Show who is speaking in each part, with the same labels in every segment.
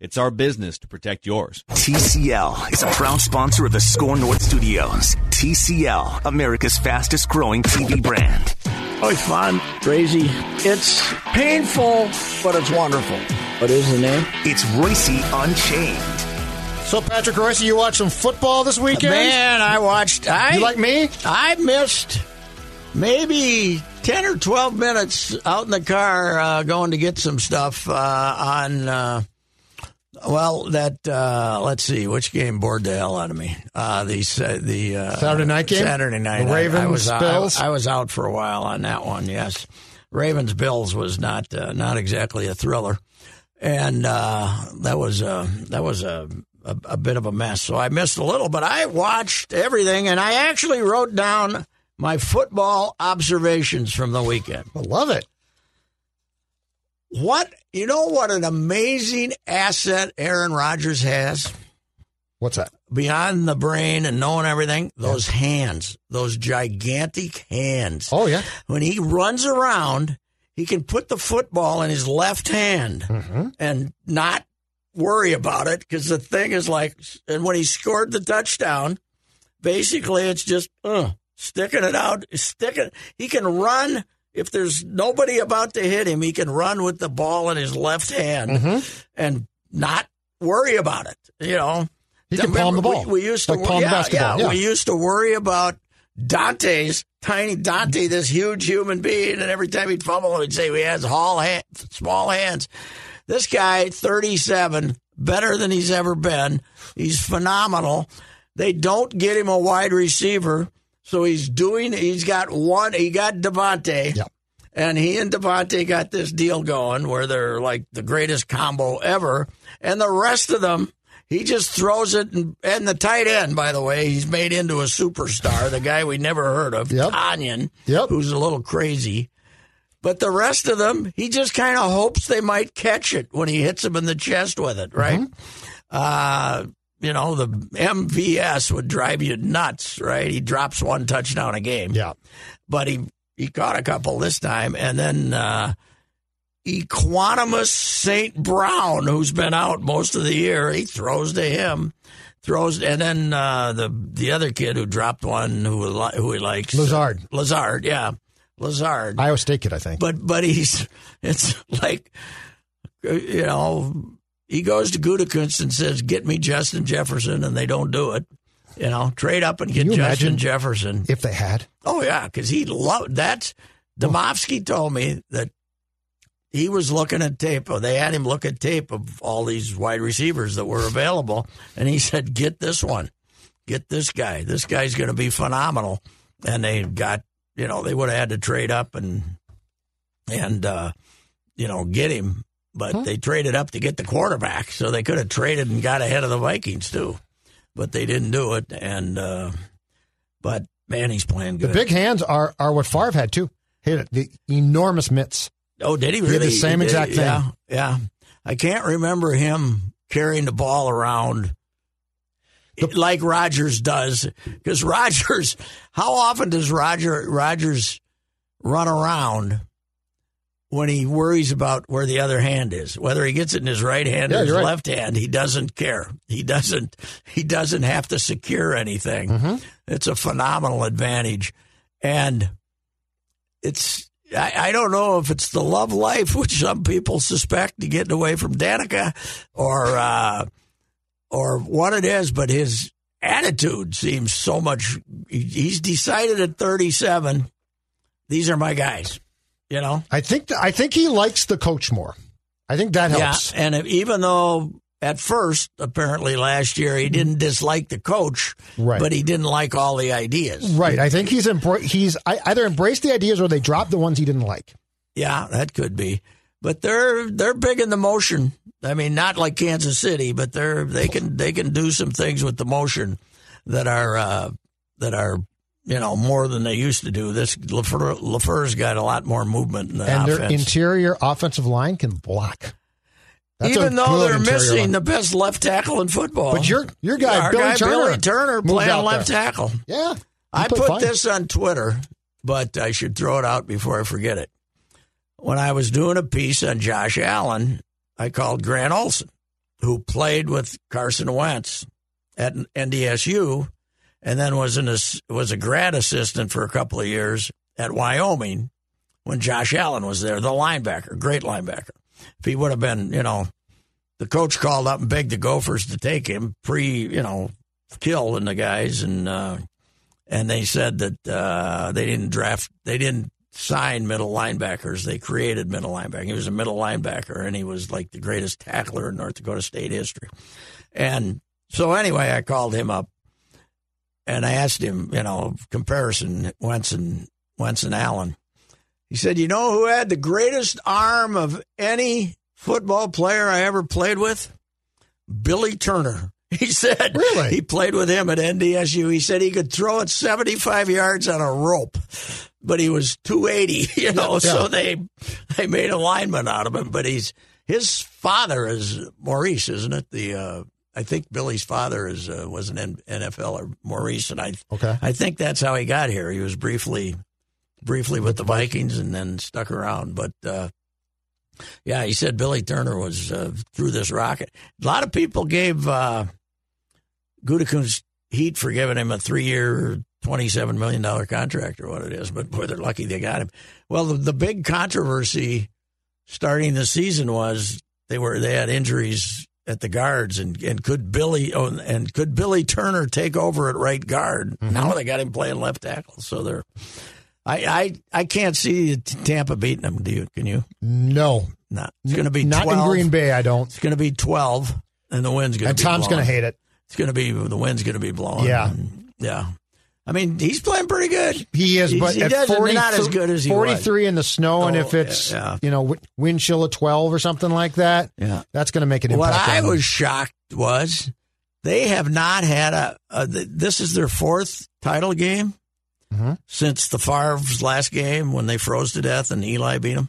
Speaker 1: it's our business to protect yours.
Speaker 2: TCL is a proud sponsor of the Score North Studios. TCL, America's fastest growing TV brand.
Speaker 3: Oh, it's fun, crazy. It's painful, but it's wonderful. What is the name?
Speaker 2: It's Royce Unchained.
Speaker 4: So, Patrick Royce, you watch some football this weekend?
Speaker 3: Man, I watched. I
Speaker 4: You like me?
Speaker 3: I missed maybe ten or twelve minutes out in the car uh, going to get some stuff uh, on. Uh, well, that uh, let's see, which game bored the hell out of me? Uh, the sa- the uh,
Speaker 4: Saturday night game?
Speaker 3: Saturday night.
Speaker 4: The
Speaker 3: I-
Speaker 4: Ravens,
Speaker 3: I, was out-
Speaker 4: Bills?
Speaker 3: I, was out for a while on that one. Yes, Ravens Bills was not uh, not exactly a thriller, and uh, that was uh, that was a, a a bit of a mess. So I missed a little, but I watched everything, and I actually wrote down my football observations from the weekend.
Speaker 4: I love it.
Speaker 3: What you know? What an amazing asset Aaron Rodgers has.
Speaker 4: What's that?
Speaker 3: beyond the brain and knowing everything, those hands, those gigantic hands.
Speaker 4: Oh, yeah.
Speaker 3: When he runs around, he can put the football in his left hand and not worry about it because the thing is like, and when he scored the touchdown, basically it's just uh, sticking it out, sticking. He can run. If there's nobody about to hit him, he can run with the ball in his left hand and not worry about it. You know,
Speaker 4: He can palm
Speaker 3: Remember,
Speaker 4: the ball.
Speaker 3: We, we used to
Speaker 4: Like palm
Speaker 3: yeah,
Speaker 4: basketball, yeah.
Speaker 3: we used to worry about Dante's tiny Dante, this huge human being, and every time he'd fumble, him, he'd say he has all hand, small hands. This guy, thirty-seven, better than he's ever been. He's phenomenal. They don't get him a wide receiver, so he's doing. He's got one. He got Devontae.
Speaker 4: Yeah.
Speaker 3: And he and Devontae got this deal going where they're like the greatest combo ever. And the rest of them, he just throws it. And, and the tight end, by the way, he's made into a superstar, the guy we never heard of,
Speaker 4: Yep.
Speaker 3: Tanyan,
Speaker 4: Yep.
Speaker 3: who's a little crazy. But the rest of them, he just kind of hopes they might catch it when he hits them in the chest with it, right?
Speaker 4: Mm-hmm.
Speaker 3: Uh, you know, the MVS would drive you nuts, right? He drops one touchdown a game
Speaker 4: Yeah.
Speaker 3: but he he caught a couple this time, and then uh, Equanimous Saint Brown, who's been out most of the year, he throws to him, throws, and then uh, the the other kid who dropped one who li- who he likes
Speaker 4: Lazard.
Speaker 3: Lazard, yeah, Lazard.
Speaker 4: Iowa State kid, I think.
Speaker 3: But but he's it's like uh, you know he goes to Gutekunst and says, "Get me Justin Jefferson," and they don't do it. You know, trade up and get
Speaker 4: you
Speaker 3: Justin
Speaker 4: imagine?
Speaker 3: Jefferson.
Speaker 4: if they had.
Speaker 3: Oh yeah, because he loved that. Domovsky told me that he was looking at tape. Or they had him look at tape of all these wide receivers that were available, and he said, "Get this one, get this guy. This guy's going to be phenomenal." And they got, you know, they would have had to trade up and and uh, you know get him, but they traded up to get the quarterback, so they could have traded and got ahead of the Vikings too, but they didn't do it. And uh, but man, he's playing
Speaker 4: The
Speaker 3: good.
Speaker 4: big hands are, are what Favre had, too. Hit it. The enormous mitts.
Speaker 3: Oh, did he
Speaker 4: had
Speaker 3: really?
Speaker 4: the same
Speaker 3: Did-
Speaker 4: exact thing.
Speaker 3: Yeah, yeah. I can't remember him carrying the ball around like Rogers does, because Rogers. How often does Roger Rogers run around when he worries about where the other hand is, whether he gets it in his right hand
Speaker 4: Yeah,
Speaker 3: or his
Speaker 4: you're right.
Speaker 3: left hand, he doesn't care. He doesn't. He doesn't have to secure anything.
Speaker 4: Mm-hmm.
Speaker 3: It's a phenomenal advantage, and it's. I, I don't know if it's the love life, which some people suspect to getting away from Danica, or uh, or what it is, but his attitude seems so much. he- He's decided at thirty-seven, these are my guys. You know,
Speaker 4: I think th- I think he likes the coach more. I think that helps.
Speaker 3: Yeah, and if, even though at first, apparently last year, he didn't dislike the coach,
Speaker 4: Mm-hmm. Right.
Speaker 3: but he didn't like all the ideas.
Speaker 4: Right. I think he's embra- he's I, either embraced the ideas or they dropped the ones he didn't like.
Speaker 3: Yeah, that could be. But they're they're big in the motion. I mean, not like Kansas City, but they're they can they can do some things with the motion that are uh, that are you know more than they used to do. This Lafleur, Lafleur's got a lot more movement in the
Speaker 4: and
Speaker 3: offense.
Speaker 4: their interior offensive line can block. That's a
Speaker 3: Even though
Speaker 4: good
Speaker 3: they're
Speaker 4: interior
Speaker 3: missing
Speaker 4: line.
Speaker 3: the best left tackle in football.
Speaker 4: But your- your guy,
Speaker 3: Our
Speaker 4: Billy
Speaker 3: guy,
Speaker 4: Turner,
Speaker 3: Billy Turner
Speaker 4: moved
Speaker 3: playing
Speaker 4: out
Speaker 3: left
Speaker 4: there.
Speaker 3: tackle.
Speaker 4: yeah, he
Speaker 3: I
Speaker 4: played
Speaker 3: put
Speaker 4: fine.
Speaker 3: this on Twitter, but I should throw it out before I forget it. When I was doing a piece on Josh Allen, I called Grant Olson, who played with Carson Wentz at NDSU, and then was an ass- was a grad assistant for a couple of years at Wyoming when Josh Allen was there, the linebacker, great linebacker. If he would have been, you know, the coach called up and begged the Gophers to take him pre, you know, kill and the guys and. Uh, and they said that uh, they didn't draft, they didn't sign middle linebackers. They created middle linebacker. He was a middle linebacker, and he was like the greatest tackler in North Dakota State history. And so, anyway, I called him up and I asked him, you know, comparison Wentz and Wentz and Allen. He said, "You know who had the greatest arm of any football player I ever played with? Billy Turner." He said,
Speaker 4: Really?
Speaker 3: He played with him at NDSU. He said he could throw it 75 yards on a rope, but he was 280, you know, so they they made a lineman out of him, but he's his father is Maurice, isn't it? The uh I think Billy's father is uh, was an N- NFL or Maurice, and I
Speaker 4: Okay.
Speaker 3: I think that's how he got here. He was briefly briefly with the Vikings and then stuck around. But uh, yeah, he said Billy Turner was uh, through this rocket. A lot of people gave uh, Gutekunst heat for giving him a three-year, twenty-seven million dollar contract or what it is. But boy, they're lucky they got him. Well, the, the big controversy starting the season was they were they had injuries at the guards and, and could Billy oh, and could Billy Turner take over at right guard?
Speaker 4: Mm-hmm.
Speaker 3: Now they got him playing left tackle, so they're I, I I can't see Tampa beating them. Do you? Can you?
Speaker 4: No,
Speaker 3: No, it's going to be
Speaker 4: not
Speaker 3: 12.
Speaker 4: in Green Bay. I don't.
Speaker 3: It's going to be twelve, and the wind's going to.
Speaker 4: And Tom's going to hate it.
Speaker 3: It's going to be the wind's going to be blowing.
Speaker 4: Yeah.
Speaker 3: And, yeah. I mean, he's playing pretty good.
Speaker 4: He is,
Speaker 3: He's-
Speaker 4: but
Speaker 3: he
Speaker 4: at
Speaker 3: doesn't-
Speaker 4: 40,
Speaker 3: not as good as he was.
Speaker 4: 43 in the snow, and
Speaker 3: Oh,
Speaker 4: if it's
Speaker 3: yeah, yeah.
Speaker 4: you know wi- wind chill of 12 or something like that,
Speaker 3: Yeah.
Speaker 4: that's going to make an
Speaker 3: What
Speaker 4: impact.
Speaker 3: I
Speaker 4: on him.
Speaker 3: was shocked was they have not had a. a th- this is their fourth title game
Speaker 4: Mhm.
Speaker 3: since the Favre's last game when they froze to death and Eli beat them.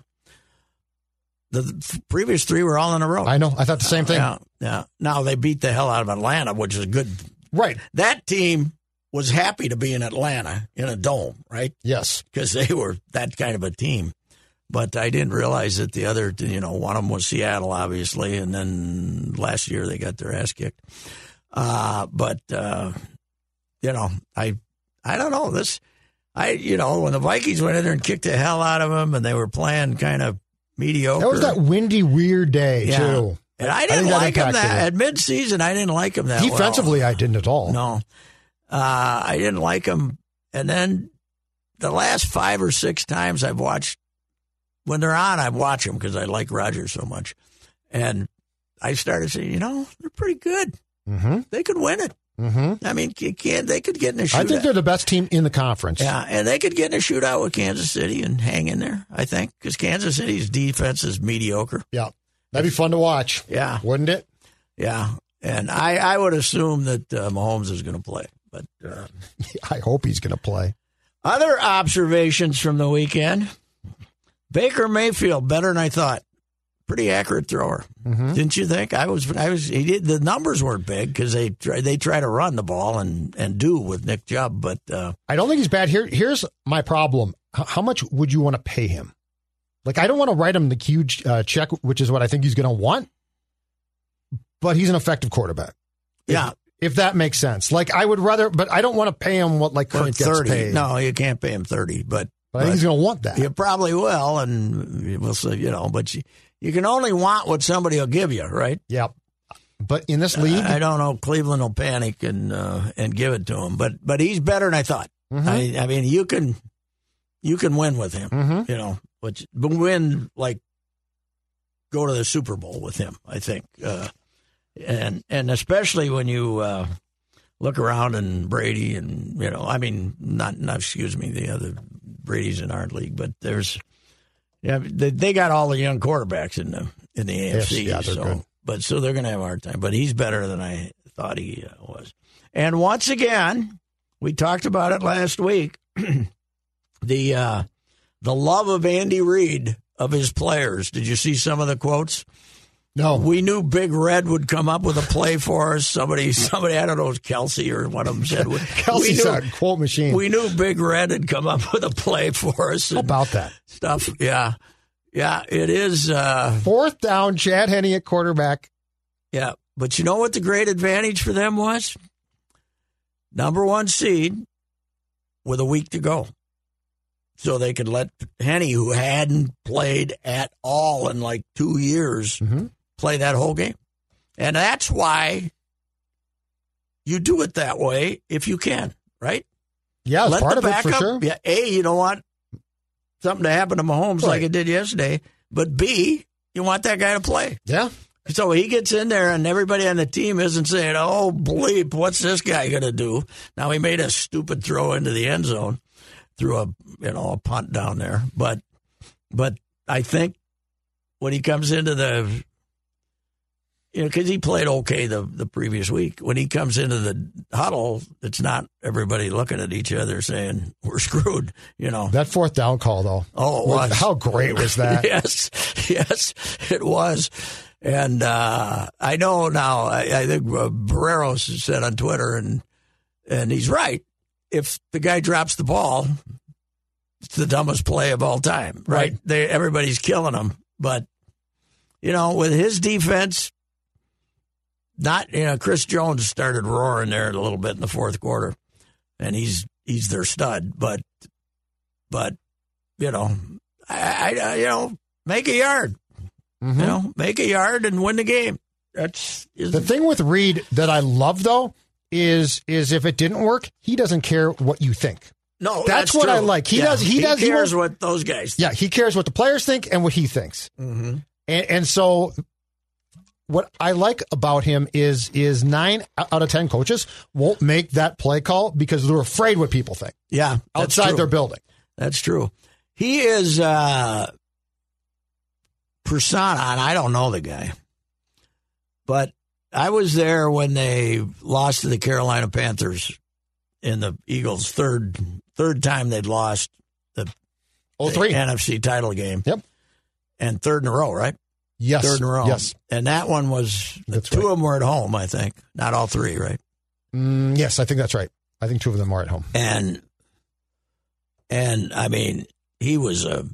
Speaker 3: The th- previous three were all in a row.
Speaker 4: I know. I thought the same thing.
Speaker 3: Yeah, yeah. Now they beat the hell out of Atlanta, which is good.
Speaker 4: Right.
Speaker 3: That team was happy to be in Atlanta in a dome, right?
Speaker 4: Yes.
Speaker 3: Because they were that kind of a team. But I didn't realize that the other, you know, one of them was Seattle, obviously, and then last year they got their ass kicked. Uh, but uh, you know, I, I don't know this. I, you know, when the Vikings went in there and kicked the hell out of them, and they were playing kind of mediocre.
Speaker 4: That was that windy, weird day,
Speaker 3: Yeah.
Speaker 4: too.
Speaker 3: And I
Speaker 4: I
Speaker 3: didn't
Speaker 4: think that
Speaker 3: like him
Speaker 4: impacted
Speaker 3: that at
Speaker 4: it.
Speaker 3: midseason. I didn't like him that well.
Speaker 4: Defensively, I didn't at all.
Speaker 3: No, uh, I didn't like him. And then the last five or six times I've watched when they're on, I watch them because I like Rogers so much. And I started saying, you know, they're pretty good.
Speaker 4: Mm-hmm.
Speaker 3: They could win it.
Speaker 4: Mm-hmm.
Speaker 3: I mean, you can't, they could get in a shootout.
Speaker 4: I think they're the best team in the conference.
Speaker 3: yeah, and they could get in a shootout with Kansas City and hang in there. I think because Kansas City's defense is mediocre.
Speaker 4: Yeah. That'd be fun to watch,
Speaker 3: Yeah,
Speaker 4: wouldn't it?
Speaker 3: Yeah, and I, I would assume that uh, Mahomes is going to play. But uh,
Speaker 4: I hope he's going to play.
Speaker 3: other observations from the weekend: Baker Mayfield better than I thought. Pretty accurate thrower,
Speaker 4: Mm-hmm.
Speaker 3: didn't you think? I was, I was. He did. The numbers weren't big because they try, they try to run the ball and and do with Nick Chubb, but uh,
Speaker 4: I don't think he's bad. Here, here's my problem. H- how much would you want to pay him? Like, I don't want to write him the huge uh, check, which is what I think he's going to want, but he's an effective quarterback.
Speaker 3: Yeah,
Speaker 4: If that makes sense, like I would rather, but I don't want to pay him what like
Speaker 3: for
Speaker 4: Kirk gets
Speaker 3: thirty.
Speaker 4: paid.
Speaker 3: No, you can't pay him thirty, but
Speaker 4: but I think he's going to want that.
Speaker 3: You probably will, and we'll see. You know, but you, you can only want what somebody will give you, right?
Speaker 4: Yep. But in this league,
Speaker 3: I, I don't know. Cleveland will panic and uh, and give it to him, but but he's better than I thought.
Speaker 4: mm-hmm, Uh-huh.
Speaker 3: I, I mean, you can you can win with him,
Speaker 4: Mhm.
Speaker 3: you know, which but win like go to the Super Bowl with him. I think, uh, and and especially when you. Uh, Look around and Brady and you know I mean not, not excuse me the other Brady's in our league but there's yeah, they, they got all the young quarterbacks in the in the AFC.
Speaker 4: yeah, they're
Speaker 3: so,
Speaker 4: good.
Speaker 3: but so they're going to have a hard time. But he's better than I thought he uh, was. And once again, we talked about it last week. the uh, the love of Andy Reid of his players. Did you see some of the quotes?
Speaker 4: no,
Speaker 3: We knew Big Red would come up with a play for us. Somebody, somebody, I don't know, it was Kelsey or one of them said. we-
Speaker 4: Kelsey's
Speaker 3: we
Speaker 4: a
Speaker 3: knew,
Speaker 4: quote machine.
Speaker 3: we knew Big Red had come up with a play for us.
Speaker 4: How
Speaker 3: and-
Speaker 4: about that?
Speaker 3: stuff. Yeah. Yeah, it is. Uh,
Speaker 4: Fourth down, Chad Henney at quarterback.
Speaker 3: yeah. But you know what the great advantage for them was? Number one seed with a week to go. So they could let Henny, who hadn't played at all in like two years,
Speaker 4: Mhm.
Speaker 3: play that whole game. And that's why you do it that way if you can, right?
Speaker 4: Yeah, it's
Speaker 3: Let
Speaker 4: part
Speaker 3: the
Speaker 4: of it for
Speaker 3: backup.
Speaker 4: sure.
Speaker 3: Yeah, A, you don't want something to happen to Mahomes like
Speaker 4: Right.
Speaker 3: it did yesterday. But B, you want that guy to play.
Speaker 4: Yeah.
Speaker 3: So he gets in there, and everybody on the team isn't saying, "Oh bleep, what's this guy gonna do?" Now he made a stupid throw into the end zone through a you know a punt down there, but but I think when he comes into the you know because he played okay the the previous week when he comes into the huddle, it's not everybody looking at each other saying we're screwed, you know.
Speaker 4: That fourth down call though.
Speaker 3: Oh, it was.
Speaker 4: How great was that?
Speaker 3: yes, yes, it was. And uh, I know now. I, I think uh, Barreros said on Twitter, and and he's right. If the guy drops the ball, it's the dumbest play of all time, right?
Speaker 4: Right.
Speaker 3: They, everybody's killing him, but you know, with his defense, not you know, Chris Jones started roaring there a little bit in the fourth quarter, and he's he's their stud, but but you know, I, I- I you know, make a yard,
Speaker 4: Mhm.
Speaker 3: you know, make a yard and win the game. That's is
Speaker 4: The thing with Reed that I love though is is if it didn't work, he doesn't care what you think.
Speaker 3: no,
Speaker 4: that's what
Speaker 3: true.
Speaker 4: I like. He does- he does- he
Speaker 3: cares
Speaker 4: won't-
Speaker 3: what those guys.
Speaker 4: Yeah, he cares what the players think and what he thinks.
Speaker 3: Mm-hmm.
Speaker 4: And and so what I like about him is is 9 out of 10 coaches won't make that play call because they're afraid what people think
Speaker 3: Yeah, that's
Speaker 4: outside
Speaker 3: true.
Speaker 4: their building.
Speaker 3: That's true. He is uh persona, and I don't know the guy, but I was there when they lost to the Carolina Panthers in the Eagles' third third time they'd lost the
Speaker 4: Oh, three.
Speaker 3: NFC title game.
Speaker 4: Yep.
Speaker 3: and third in a row, right?
Speaker 4: yes.
Speaker 3: Third in a row.
Speaker 4: Yes.
Speaker 3: and that one was the
Speaker 4: That's
Speaker 3: two
Speaker 4: right.
Speaker 3: of them were at home, I think. Not all three, right?
Speaker 4: Mm, yes, I think that's right. I think two of them are at home.
Speaker 3: and and I mean, he was a,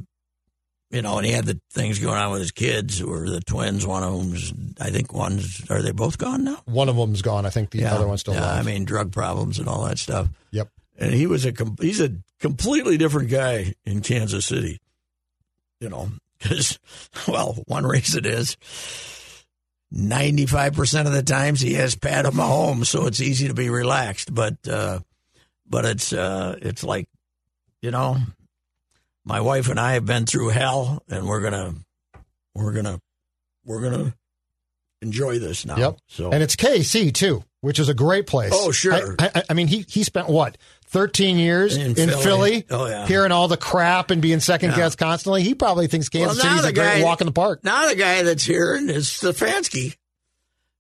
Speaker 3: you know, and he had the things going on with his kids, who were the twins. One of them's, I think, one's are they both gone now?
Speaker 4: One of them's gone. I think the other one's still
Speaker 3: yeah.
Speaker 4: alive.
Speaker 3: I mean, drug problems and all that stuff.
Speaker 4: Yep.
Speaker 3: And he was a com- he's a completely different guy in Kansas City, you know, because well, one reason is. 95% of the times he has Pat Mahomes, so it's easy to be relaxed. But uh, but it's uh, it's like, you know, my wife and I have been through hell, and we're gonna we're gonna we're gonna enjoy this now.
Speaker 4: Yep.
Speaker 3: So
Speaker 4: And it's KC too, which is a great place.
Speaker 3: Oh, sure.
Speaker 4: I, I, I mean, he he spent what thirteen years
Speaker 3: In
Speaker 4: in,
Speaker 3: Philly.
Speaker 4: Philly,
Speaker 3: Oh, yeah.
Speaker 4: hearing all the crap and being second
Speaker 3: Yeah.
Speaker 4: guessed constantly. He probably thinks Kansas
Speaker 3: now
Speaker 4: City's
Speaker 3: the
Speaker 4: a great
Speaker 3: guy-
Speaker 4: walk in the park.
Speaker 3: Now the guy that's here is Stefanski.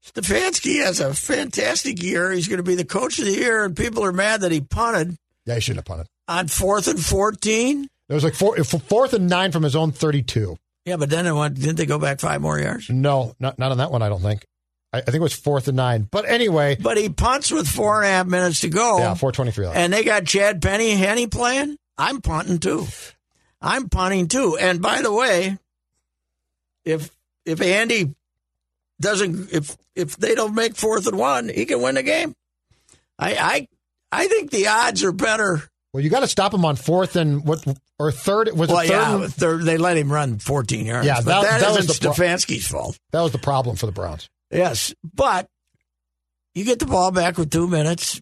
Speaker 3: Stefanski has a fantastic year. He's going to be the coach of the year, and people are mad that he punted
Speaker 4: Yeah, he shouldn't have punted.
Speaker 3: on fourth and fourteen.
Speaker 4: There was like four, f- fourth and nine from his own thirty-two.
Speaker 3: Yeah, but then it went. Didn't they go back five more yards?
Speaker 4: No, not not on that one. I don't think. I, I think it was fourth and nine. But anyway,
Speaker 3: But he punts with four and a half minutes to go.
Speaker 4: yeah, four twenty-three.
Speaker 3: and they got Chad Penny Henny playing. I'm punting too. I'm punting too. And by the way, if if Andy doesn't if if they don't make fourth and one, he can win the game. I I I think the odds are better.
Speaker 4: Well, you got to stop him on fourth and what or third was
Speaker 3: well,
Speaker 4: it third?
Speaker 3: yeah,
Speaker 4: and-
Speaker 3: they're- they let him run 14 yards.
Speaker 4: Yeah,
Speaker 3: but
Speaker 4: that- that was
Speaker 3: isn't
Speaker 4: the pro-
Speaker 3: Stefanski's fault.
Speaker 4: That was the problem for the Browns.
Speaker 3: Yes, but you get the ball back with two minutes.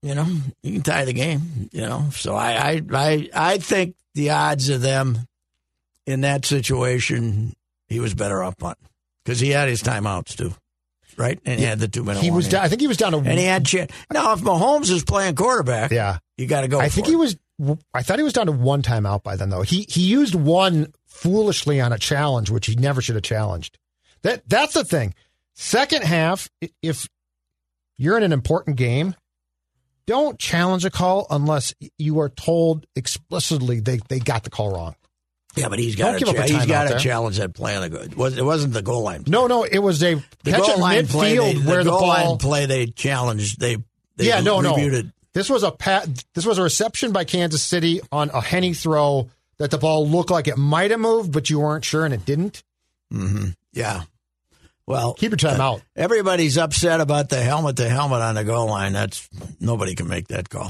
Speaker 3: You know, you can tie the game. You know, so I, I, I, I think the odds of them in that situation, he was better off punt because he had his timeouts too, right? And he had the two minute.
Speaker 4: He was down, I think he was down to
Speaker 3: and he had chance. Now, if Mahomes is playing quarterback,
Speaker 4: yeah.
Speaker 3: you got to go.
Speaker 4: I
Speaker 3: for
Speaker 4: think
Speaker 3: it.
Speaker 4: he was. I thought he was down to one timeout by then, though. He he used one foolishly on a challenge, which he never should have challenged. That that's the thing. Second half, i- if you're in an important game, don't challenge a call unless you are told explicitly they, they got the call wrong.
Speaker 3: Yeah, but he's
Speaker 4: Don't
Speaker 3: got.
Speaker 4: give up a
Speaker 3: to he's
Speaker 4: timeout
Speaker 3: got to
Speaker 4: there.
Speaker 3: challenge that play on the go. It was- it wasn't the goal line.
Speaker 4: No, no, it was a
Speaker 3: The
Speaker 4: catch at
Speaker 3: goal line
Speaker 4: midfield
Speaker 3: play. They, the
Speaker 4: where the,
Speaker 3: goal
Speaker 4: ball.
Speaker 3: line play they challenged. They, they
Speaker 4: yeah, no, no.
Speaker 3: reviewed it.
Speaker 4: This was a pat, this was a reception by Kansas City on a Henny throw that the ball looked like it might have moved, but you weren't sure and it didn't.
Speaker 3: hmm Yeah. Well,
Speaker 4: Keep your time out.
Speaker 3: everybody's upset about the helmet to helmet on the goal line. That's nobody can make that call.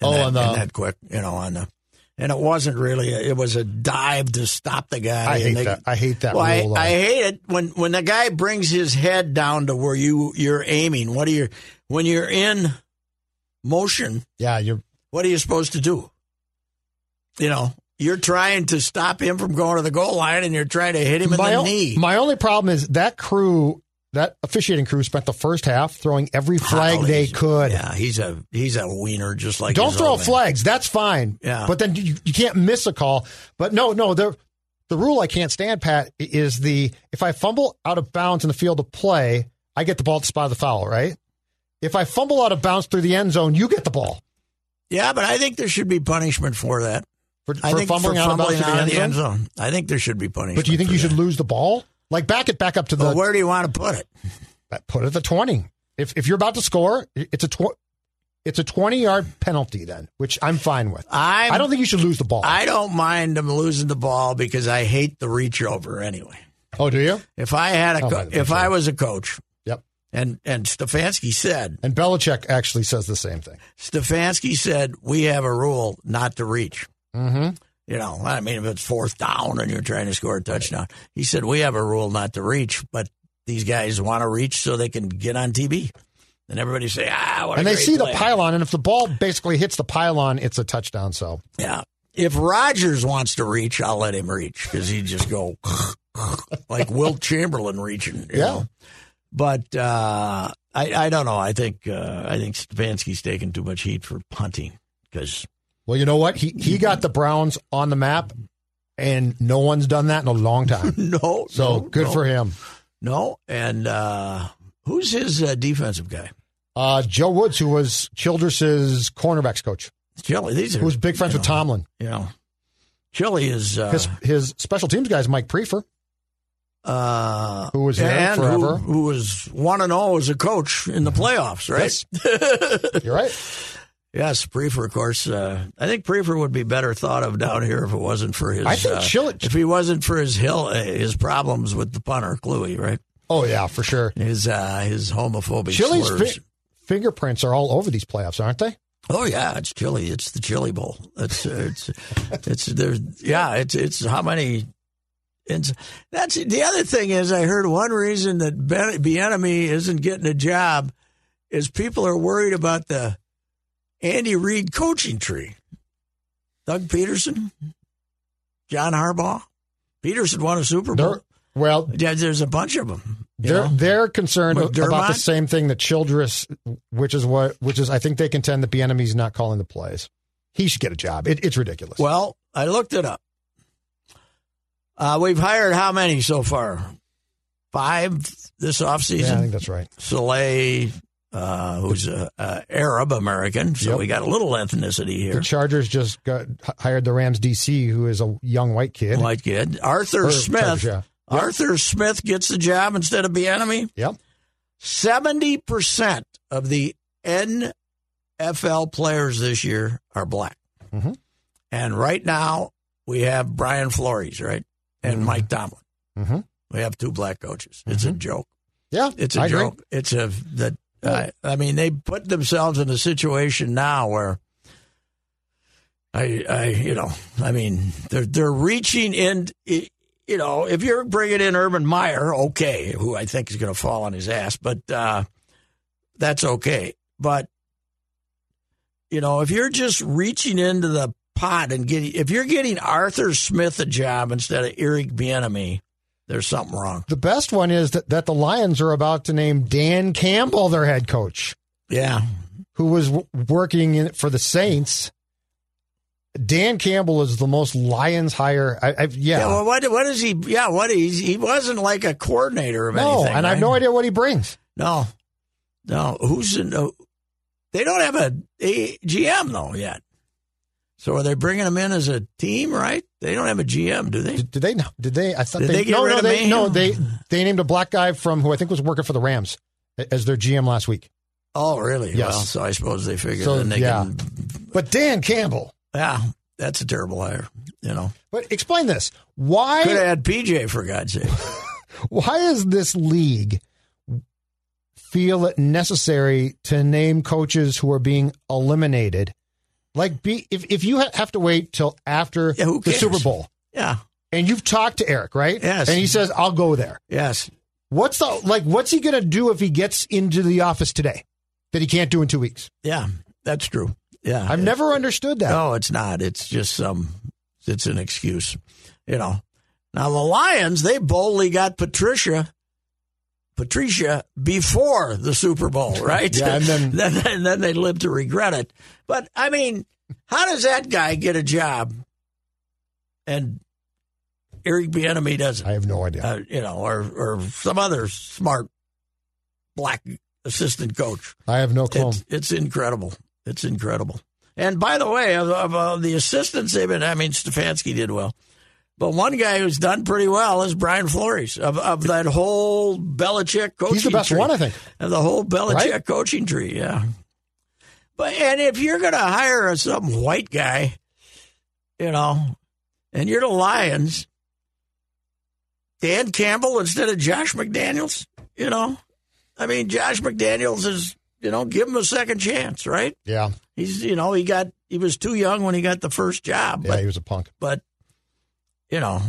Speaker 3: And
Speaker 4: Oh,
Speaker 3: that,
Speaker 4: on the-
Speaker 3: and that quick, you know, on the. And it wasn't really. A, it was a dive to stop the guy.
Speaker 4: I
Speaker 3: and
Speaker 4: hate
Speaker 3: they-
Speaker 4: that. I hate that
Speaker 3: Well, I-
Speaker 4: rule. uh, though.
Speaker 3: I, hate it when when the guy brings his head down to where you you're aiming. What are you when you're in motion?
Speaker 4: yeah, you're
Speaker 3: what are you supposed to do? You know, you're trying to stop him from going to the goal line, and you're trying to hit him in
Speaker 4: my,
Speaker 3: the
Speaker 4: o-
Speaker 3: knee.
Speaker 4: my only problem is that crew, that officiating crew, spent the first half throwing every flag
Speaker 3: Hollins.
Speaker 4: they could.
Speaker 3: Yeah, he's a he's a wiener, just like
Speaker 4: Don't
Speaker 3: his
Speaker 4: throw
Speaker 3: old man.
Speaker 4: flags. That's fine.
Speaker 3: Yeah.
Speaker 4: But then you, you can't miss a call. But no, no, the the rule I can't stand, Pat, is the if I fumble out of bounds in the field of play, I get the ball at the spot of the foul, right? If I fumble out of bounds through the end zone, you get the ball
Speaker 3: Yeah, but I think there should be punishment for that.
Speaker 4: for,
Speaker 3: I
Speaker 4: for
Speaker 3: think
Speaker 4: fumbling
Speaker 3: for
Speaker 4: out of
Speaker 3: fumbling
Speaker 4: bounds through the end, zone.
Speaker 3: zone. I think there should be punishment.
Speaker 4: But do you think
Speaker 3: for
Speaker 4: you should
Speaker 3: that.
Speaker 4: lose the ball? Like back it back up to the
Speaker 3: Well, where do you want to put it?
Speaker 4: put it at the twenty. If if you're about to score, it's a tw- it's a twenty yard penalty then, which I'm fine with.
Speaker 3: I'm-
Speaker 4: I do not think you should lose the ball.
Speaker 3: I don't mind them losing the ball because I hate the reach over anyway.
Speaker 4: oh, do you?
Speaker 3: If I had a
Speaker 4: Oh,
Speaker 3: co-
Speaker 4: by the
Speaker 3: if
Speaker 4: way,
Speaker 3: I
Speaker 4: sure.
Speaker 3: was a coach,
Speaker 4: Yep.
Speaker 3: and and Stefanski said
Speaker 4: And Belichick actually says the same thing.
Speaker 3: Stefanski said, "We have a rule not to reach."
Speaker 4: Mm-hmm.
Speaker 3: You know, I mean, if it's fourth down and you're trying to score a touchdown, he said we have a rule not to reach, but these guys want to reach so they can get on TV, and everybody say, "Ah, what a
Speaker 4: And they
Speaker 3: great
Speaker 4: see the
Speaker 3: play."
Speaker 4: pylon, and if the ball basically hits the pylon, it's a touchdown. So
Speaker 3: Yeah, if Rogers wants to reach, I'll let him reach because he just go like Wilt Chamberlain reaching. you
Speaker 4: Yeah.
Speaker 3: know? but uh, I, I don't know. I think uh, I think Stefanski's taking too much heat for punting because
Speaker 4: well, you know what? He he got the Browns on the map, and no one's done that in a long time.
Speaker 3: no,
Speaker 4: So
Speaker 3: no,
Speaker 4: good
Speaker 3: no.
Speaker 4: for him.
Speaker 3: No, and uh, who's his uh, defensive guy?
Speaker 4: Uh, Joe Woods, who was Childress's cornerbacks coach,
Speaker 3: Chili. These are
Speaker 4: who was big friends
Speaker 3: you
Speaker 4: with
Speaker 3: know,
Speaker 4: Tomlin.
Speaker 3: You know, Chili is uh,
Speaker 4: His his special teams guy is Mike Prefer.
Speaker 3: uh,
Speaker 4: who was here
Speaker 3: and who-
Speaker 4: forever. Mm-hmm.
Speaker 3: who, was one and zero as a coach in the playoffs, right?
Speaker 4: You're right.
Speaker 3: yes, Prefer, of course. Uh, I think Prefer would be better thought of down here if it wasn't for his.
Speaker 4: I think
Speaker 3: uh,
Speaker 4: Chili-
Speaker 3: if he wasn't for his hill, uh, his problems with the punter, Cluey, right?
Speaker 4: Oh yeah, for sure.
Speaker 3: His uh, his homophobic
Speaker 4: Chili's
Speaker 3: slurs.
Speaker 4: fi- fingerprints are all over these playoffs, aren't they?
Speaker 3: Oh yeah, it's chili. It's the chili bowl. It's it's it's there. Yeah, it's it's how many. It's, that's the other thing is I heard one reason that Ben Bienemy isn't getting a job is people are worried about the Andy Reid coaching tree. Doug Peterson, John Harbaugh, Peterson won a Super Bowl.
Speaker 4: They're, well,
Speaker 3: yeah, there's a bunch of them. you
Speaker 4: they're
Speaker 3: know?
Speaker 4: they're concerned
Speaker 3: McDermott?
Speaker 4: about the same thing that Childress, which is what, which is I think they contend that Biennemy's not calling the plays. He should get a job. It, it's ridiculous.
Speaker 3: Well, I looked it up. Uh, we've hired how many so far? Five this
Speaker 4: yeah, I
Speaker 3: offseason.
Speaker 4: think that's right.
Speaker 3: Soleil, uh, who's a, a Arab American, so
Speaker 4: Yep.
Speaker 3: we got a little ethnicity
Speaker 4: The
Speaker 3: here.
Speaker 4: Chargers just got, h- hired the Rams DC, who is a young white kid.
Speaker 3: White kid. Arthur
Speaker 4: Or
Speaker 3: Smith.
Speaker 4: Chargers, yeah. Yep.
Speaker 3: Arthur Smith gets the job instead of enemy.
Speaker 4: Yep.
Speaker 3: 70% of the NFL players this year are black.
Speaker 4: Mhm.
Speaker 3: And right now, we have Brian Flores, right, and
Speaker 4: Mhm.
Speaker 3: Mike Tomlin.
Speaker 4: Mm-hmm.
Speaker 3: We have two black coaches. It's a joke.
Speaker 4: Yeah,
Speaker 3: It's a
Speaker 4: I agree.
Speaker 3: joke. It's a that I I mean they put themselves in a situation now where I I you know I mean they're they're reaching in you know if you're bringing in Urban Meyer okay who I think is going to fall on his ass but uh, that's okay but you know if you're just reaching into the pot and getting if you're getting Arthur Smith a job instead of Eric Bieniemy there's something wrong
Speaker 4: The best one is that, that the Lions are about to name Dan Campbell their head coach,
Speaker 3: yeah
Speaker 4: who was w- working in, for the Saints. Dan Campbell is the most Lions hire. I, I, yeah.
Speaker 3: Yeah. well, what what is he? Yeah, what he's he wasn't like a coordinator of
Speaker 4: no,
Speaker 3: anything.
Speaker 4: and I have
Speaker 3: right?
Speaker 4: no idea what he brings.
Speaker 3: No, no. Who's in? Uh, they don't have a, a GM though yet. So are they bringing him in as a team? Right? They don't have a GM, do they?
Speaker 4: Did, did they? Did they? I thought
Speaker 3: Did
Speaker 4: they,
Speaker 3: they get
Speaker 4: no,
Speaker 3: rid
Speaker 4: no,
Speaker 3: of
Speaker 4: they,
Speaker 3: Mayhem?
Speaker 4: no. They they named a black guy from who I think was working for the Rams as their GM last week.
Speaker 3: Oh, really?
Speaker 4: Yes.
Speaker 3: Well, so I suppose they figured
Speaker 4: So,
Speaker 3: then they
Speaker 4: yeah.
Speaker 3: can.
Speaker 4: But Dan Campbell.
Speaker 3: Yeah, that's a terrible hire. You know,
Speaker 4: But explain this: why?
Speaker 3: could have had PJ for God's sake.
Speaker 4: why is this league feel it necessary to name coaches who are being eliminated? Like, be if, if you ha- have to wait till after
Speaker 3: Yeah, who
Speaker 4: the
Speaker 3: cares?
Speaker 4: Super Bowl,
Speaker 3: Yeah.
Speaker 4: and you've talked to Eric, right?
Speaker 3: Yes.
Speaker 4: And he says, "I'll go there."
Speaker 3: Yes.
Speaker 4: What's the like? What's he gonna do if he gets into the office today that he can't do in two weeks?
Speaker 3: Yeah. That's true. Yeah.
Speaker 4: I've never understood that.
Speaker 3: No, it's not. It's just some. It's an excuse, you know. Now the Lions, they boldly got Patricia, Patricia before the Super Bowl, right?
Speaker 4: Yeah, and then-
Speaker 3: then and then they lived to regret it. But I mean, how does that guy get a job, and Eric Bieniemy doesn't?
Speaker 4: I have no idea.
Speaker 3: Uh, you know, or or some other smart black assistant coach.
Speaker 4: I have no clue.
Speaker 3: It's, it's incredible. It's incredible. And by the way, of, of uh, the assistants they've been, I mean, Stefanski did well. But one guy who's done pretty well is Brian Flores of, of that whole Belichick coaching
Speaker 4: He's the best
Speaker 3: tree.
Speaker 4: one, I think.
Speaker 3: Of the whole Belichick
Speaker 4: Right?
Speaker 3: coaching tree, yeah. But and if you're going to hire some white guy, you know, and you're the Lions, Dan Campbell instead of Josh McDaniels, you know, I mean, Josh McDaniels is, you know, give him a second chance, right?
Speaker 4: Yeah,
Speaker 3: He's, you know, he got he was too young when he got the first job,
Speaker 4: yeah,
Speaker 3: but
Speaker 4: he was a punk.
Speaker 3: but you know,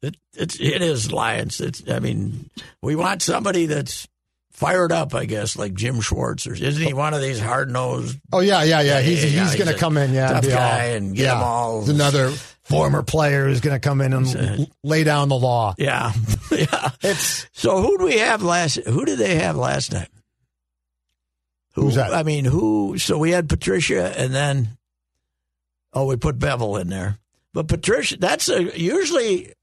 Speaker 3: it it's it is Lions. It's I mean, we want somebody that's fired up, I guess, like Jim Schwartz or isn't he one of these hard nosed
Speaker 4: Oh yeah, yeah, yeah. He's
Speaker 3: Yeah, yeah,
Speaker 4: he's
Speaker 3: he's
Speaker 4: gonna
Speaker 3: a
Speaker 4: come in, yeah,
Speaker 3: tough
Speaker 4: be
Speaker 3: guy and get
Speaker 4: yeah.
Speaker 3: them all-
Speaker 4: He's another former player who's gonna come in and l- lay down the law.
Speaker 3: Yeah. yeah.
Speaker 4: It's
Speaker 3: So who do we have last who did they have last night? Who,
Speaker 4: Who's that?
Speaker 3: I mean, who so we had Patricia and then oh, we put Bevel in there. But Patricia that's a usually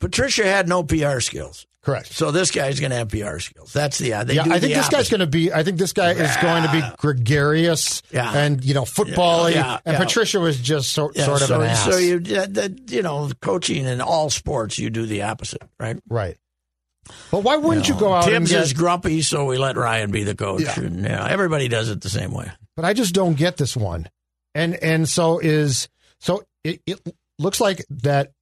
Speaker 3: Patricia had no PR skills.
Speaker 4: correct.
Speaker 3: So this guy's going to have PR skills. That's the uh, they
Speaker 4: yeah,
Speaker 3: do
Speaker 4: I think
Speaker 3: the
Speaker 4: this guy's
Speaker 3: opposite.
Speaker 4: going to be. I think this guy is going to be gregarious
Speaker 3: Yeah.
Speaker 4: and you know football.
Speaker 3: Yeah,
Speaker 4: and
Speaker 3: yeah.
Speaker 4: Patricia was just so,
Speaker 3: Yeah,
Speaker 4: sort of
Speaker 3: so,
Speaker 4: an ass,
Speaker 3: So you yeah, that you know coaching in all sports you do the opposite, right?
Speaker 4: right? But why wouldn't you,
Speaker 3: know,
Speaker 4: go out
Speaker 3: Tibbs
Speaker 4: and
Speaker 3: is
Speaker 4: get?
Speaker 3: grumpy, so we let Ryan be the coach.
Speaker 4: Yeah.
Speaker 3: And, you know, everybody does it the same way.
Speaker 4: But I just don't get this one, and and so is so it, it looks like that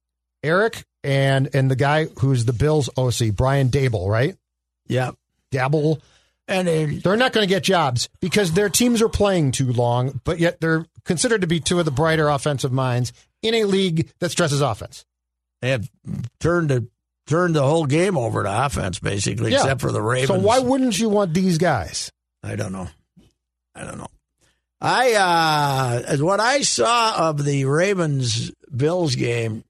Speaker 4: Eric and and the guy who's the Bills OC Brian Dable, right?
Speaker 3: Yeah.
Speaker 4: Dabble.
Speaker 3: And it,
Speaker 4: They're not going to get jobs because their teams are playing too long, but yet they're considered to be two of the brighter offensive minds in a league that stresses offense.
Speaker 3: they have turned the turned the whole game over to offense basically,
Speaker 4: Yeah.
Speaker 3: except for the Ravens.
Speaker 4: So why wouldn't you want these guys?
Speaker 3: I don't know. I don't know. I uh as what I saw of the Ravens Bills game.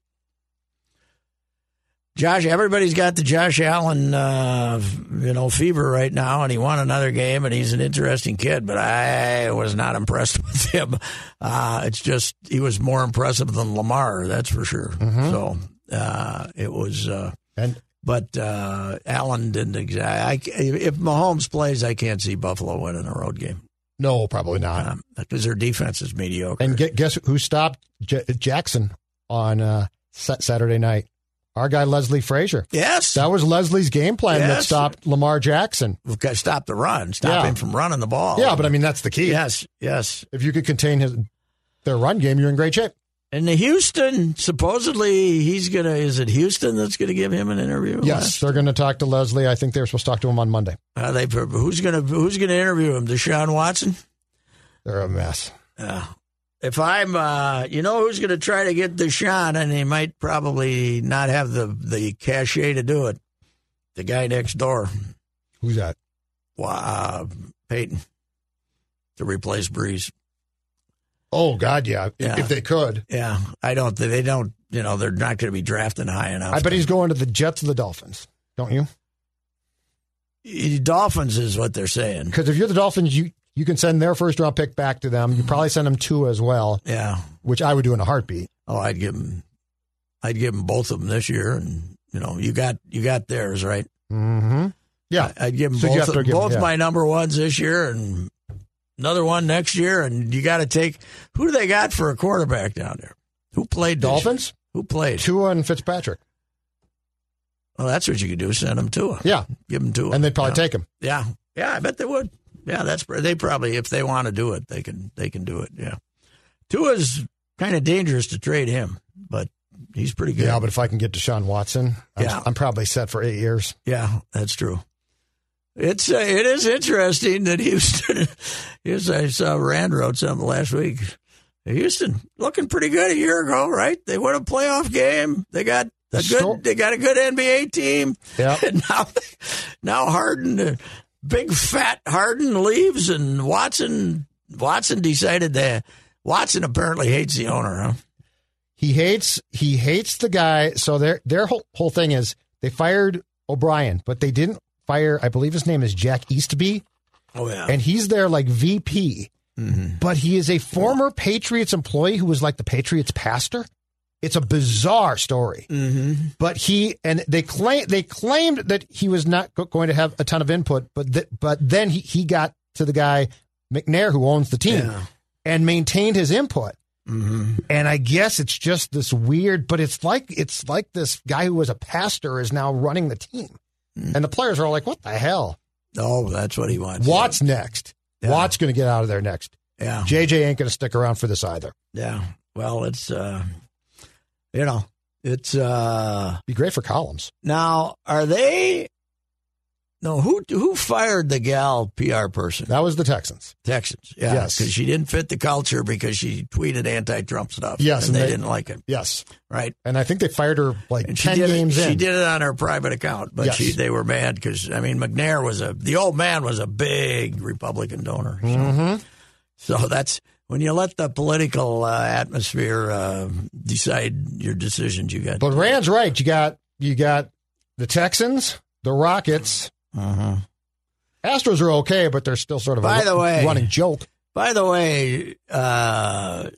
Speaker 3: Josh, everybody's got the Josh Allen, uh, you know, fever right now, and he won another game, and he's an interesting kid. But I was not impressed with him. Uh, it's just he was more impressive than Lamar, that's for sure. So uh, it was. Uh,
Speaker 4: And
Speaker 3: but uh, Allen didn't exactly. I, if Mahomes plays, I can't see Buffalo winning a road game
Speaker 4: no, probably not.
Speaker 3: because their defense is mediocre.
Speaker 4: and get, guess who stopped J- Jackson on uh, Sa- Saturday night? Our guy Leslie Frazier.
Speaker 3: yes,
Speaker 4: That was Leslie's game plan that
Speaker 3: Yes.
Speaker 4: stopped Lamar Jackson.
Speaker 3: we've got to stop the run, stop
Speaker 4: Yeah.
Speaker 3: him from running the ball.
Speaker 4: Oh. Yeah, but I mean that's the key.
Speaker 3: yes, yes,
Speaker 4: If you could contain his their run game, you're in great shape.
Speaker 3: And the Houston, supposedly he's gonna. Is it Houston that's gonna give him an interview?
Speaker 4: Yes, they're going to talk to Leslie. I think they're supposed to talk to him on Monday.
Speaker 3: Uh, they who's gonna who's gonna interview him? Deshaun Watson.
Speaker 4: They're a mess.
Speaker 3: Uh, if I'm, uh, you know, who's gonna try to get Deshaun, and he might probably not have the the cachet to do it. The guy next door,
Speaker 4: Who's that?
Speaker 3: wow, Peyton, to replace Breeze.
Speaker 4: Oh God, yeah. If-
Speaker 3: Yeah.
Speaker 4: If they could,
Speaker 3: Yeah, I don't. They don't. You know, they're not going to be drafting high enough.
Speaker 4: I bet he's going to the Jets or the Dolphins. Don't you?
Speaker 3: The Dolphins is what they're saying.
Speaker 4: Because if you're the Dolphins, you you can send their first round pick back to them. You probably send them two as well,
Speaker 3: Yeah.
Speaker 4: which I would do in a heartbeat.
Speaker 3: Oh, I'd give them. I'd give them both of them this year, and you know, you got you got theirs right.
Speaker 4: Mm-hmm. Yeah,
Speaker 3: I'd give them
Speaker 4: So you
Speaker 3: both
Speaker 4: have to
Speaker 3: of-
Speaker 4: give 'em,
Speaker 3: both
Speaker 4: yeah.
Speaker 3: my number ones this year, and another one next year. And you got to take who do they got for a quarterback down there? Who played this year?
Speaker 4: Dolphins,
Speaker 3: Who played?
Speaker 4: Tua and Fitzpatrick.
Speaker 3: Well, that's what you could do. Send them to.
Speaker 4: Yeah,
Speaker 3: Give them to.
Speaker 4: and they'd probably
Speaker 3: yeah.
Speaker 4: take him.
Speaker 3: Yeah, yeah, I bet they would. Yeah, that's they probably if they want to do it, they can they can do it. Yeah, Tua's kind of dangerous to trade him, but he's pretty good.
Speaker 4: Yeah, but if I can get Deshaun Watson, I'm,
Speaker 3: Yeah.
Speaker 4: I'm probably set for eight years.
Speaker 3: Yeah, that's true. It's uh, it is interesting that Houston. yes, I saw Rand wrote something last week. Houston looking pretty good a year ago, right? They won a playoff game. They got a
Speaker 4: The sto-
Speaker 3: good. They got a good NBA team.
Speaker 4: Yeah,
Speaker 3: And now, now Harden, uh, big fat Harden leaves, and Watson. Watson decided that Watson apparently hates the owner. Huh?
Speaker 4: he hates he hates the guy. So their their whole whole thing is they fired O'Brien, but they didn't fire. I believe his name is Jack Eastby.
Speaker 3: Oh yeah,
Speaker 4: and he's there like VP,
Speaker 3: Mm-hmm.
Speaker 4: but he is a former Patriots employee who was like the Patriots pastor. It's a bizarre story,
Speaker 3: mm-hmm.
Speaker 4: but he and they claim they claimed that he was not go- going to have a ton of input, but th- but then he, he got to the guy McNair who owns the team
Speaker 3: Yeah.
Speaker 4: and maintained his input.
Speaker 3: Mm-hmm.
Speaker 4: And I guess it's just this weird, but it's like it's like this guy who was a pastor is now running the team,
Speaker 3: Mm.
Speaker 4: and the players are all like, "What the hell?
Speaker 3: Oh, that's what he wants.
Speaker 4: Watt's next.
Speaker 3: Yeah. Oh,
Speaker 4: Watt's going to get out of there next."
Speaker 3: Yeah.
Speaker 4: JJ ain't going to stick around for this either.
Speaker 3: Yeah. Well, it's uh you know, it's uh
Speaker 4: Be great for columns.
Speaker 3: now are they No, who who fired the gal PR person?
Speaker 4: That was the Texans.
Speaker 3: Texans. Yeah.
Speaker 4: Yes.
Speaker 3: Cuz she didn't fit the culture because she tweeted anti-Trump stuff and,
Speaker 4: Yes, and
Speaker 3: they,
Speaker 4: they-
Speaker 3: didn't like it,
Speaker 4: Yes,
Speaker 3: right?
Speaker 4: and I think they fired her like
Speaker 3: And she
Speaker 4: ten
Speaker 3: did
Speaker 4: games
Speaker 3: it, she
Speaker 4: in.
Speaker 3: did it on her private account, but
Speaker 4: Yes.
Speaker 3: she they were mad cuz I mean McNair was a the old man was a big Republican donor. So.
Speaker 4: Mhm.
Speaker 3: So that's when you let the political uh, atmosphere uh, decide your decisions. You got
Speaker 4: But Rand's right. You got you got the Texans, the Rockets.
Speaker 3: Uh-huh.
Speaker 4: Astros are okay, but they're still sort of
Speaker 3: By
Speaker 4: a
Speaker 3: the way-
Speaker 4: running joke.
Speaker 3: By the way, uh,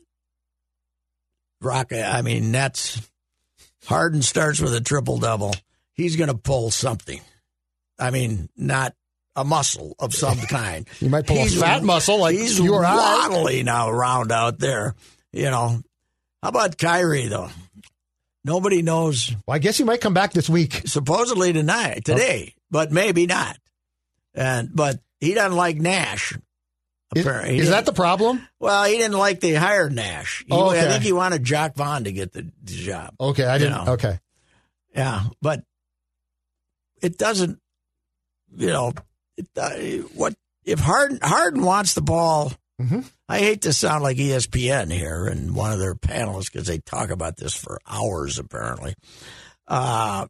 Speaker 3: Rock. I mean Nets. Harden starts with a triple double. He's going to pull something. I mean, not a muscle of some kind.
Speaker 4: You might pull
Speaker 3: He's-
Speaker 4: a fat muscle like
Speaker 3: he's
Speaker 4: you or I.
Speaker 3: waddly now around out there. You know, how about Kyrie though? Nobody knows
Speaker 4: Well, I guess you might come back this week.
Speaker 3: supposedly tonight, today, but maybe not. And but he doesn't like Nash.
Speaker 4: Is,
Speaker 3: Apparently,
Speaker 4: is that the problem?
Speaker 3: well? He didn't like they hired Nash. He-
Speaker 4: Oh, okay.
Speaker 3: I think he wanted Jock Vaughn to get the, the job.
Speaker 4: Okay, I didn't.
Speaker 3: No.
Speaker 4: Okay,
Speaker 3: Yeah, but it doesn't. You know, it, uh, what if Harden Harden wants the ball?
Speaker 4: Mhm.
Speaker 3: I hate to sound like E ESPN here and one of their panelists because they talk about this for hours apparently. Uh,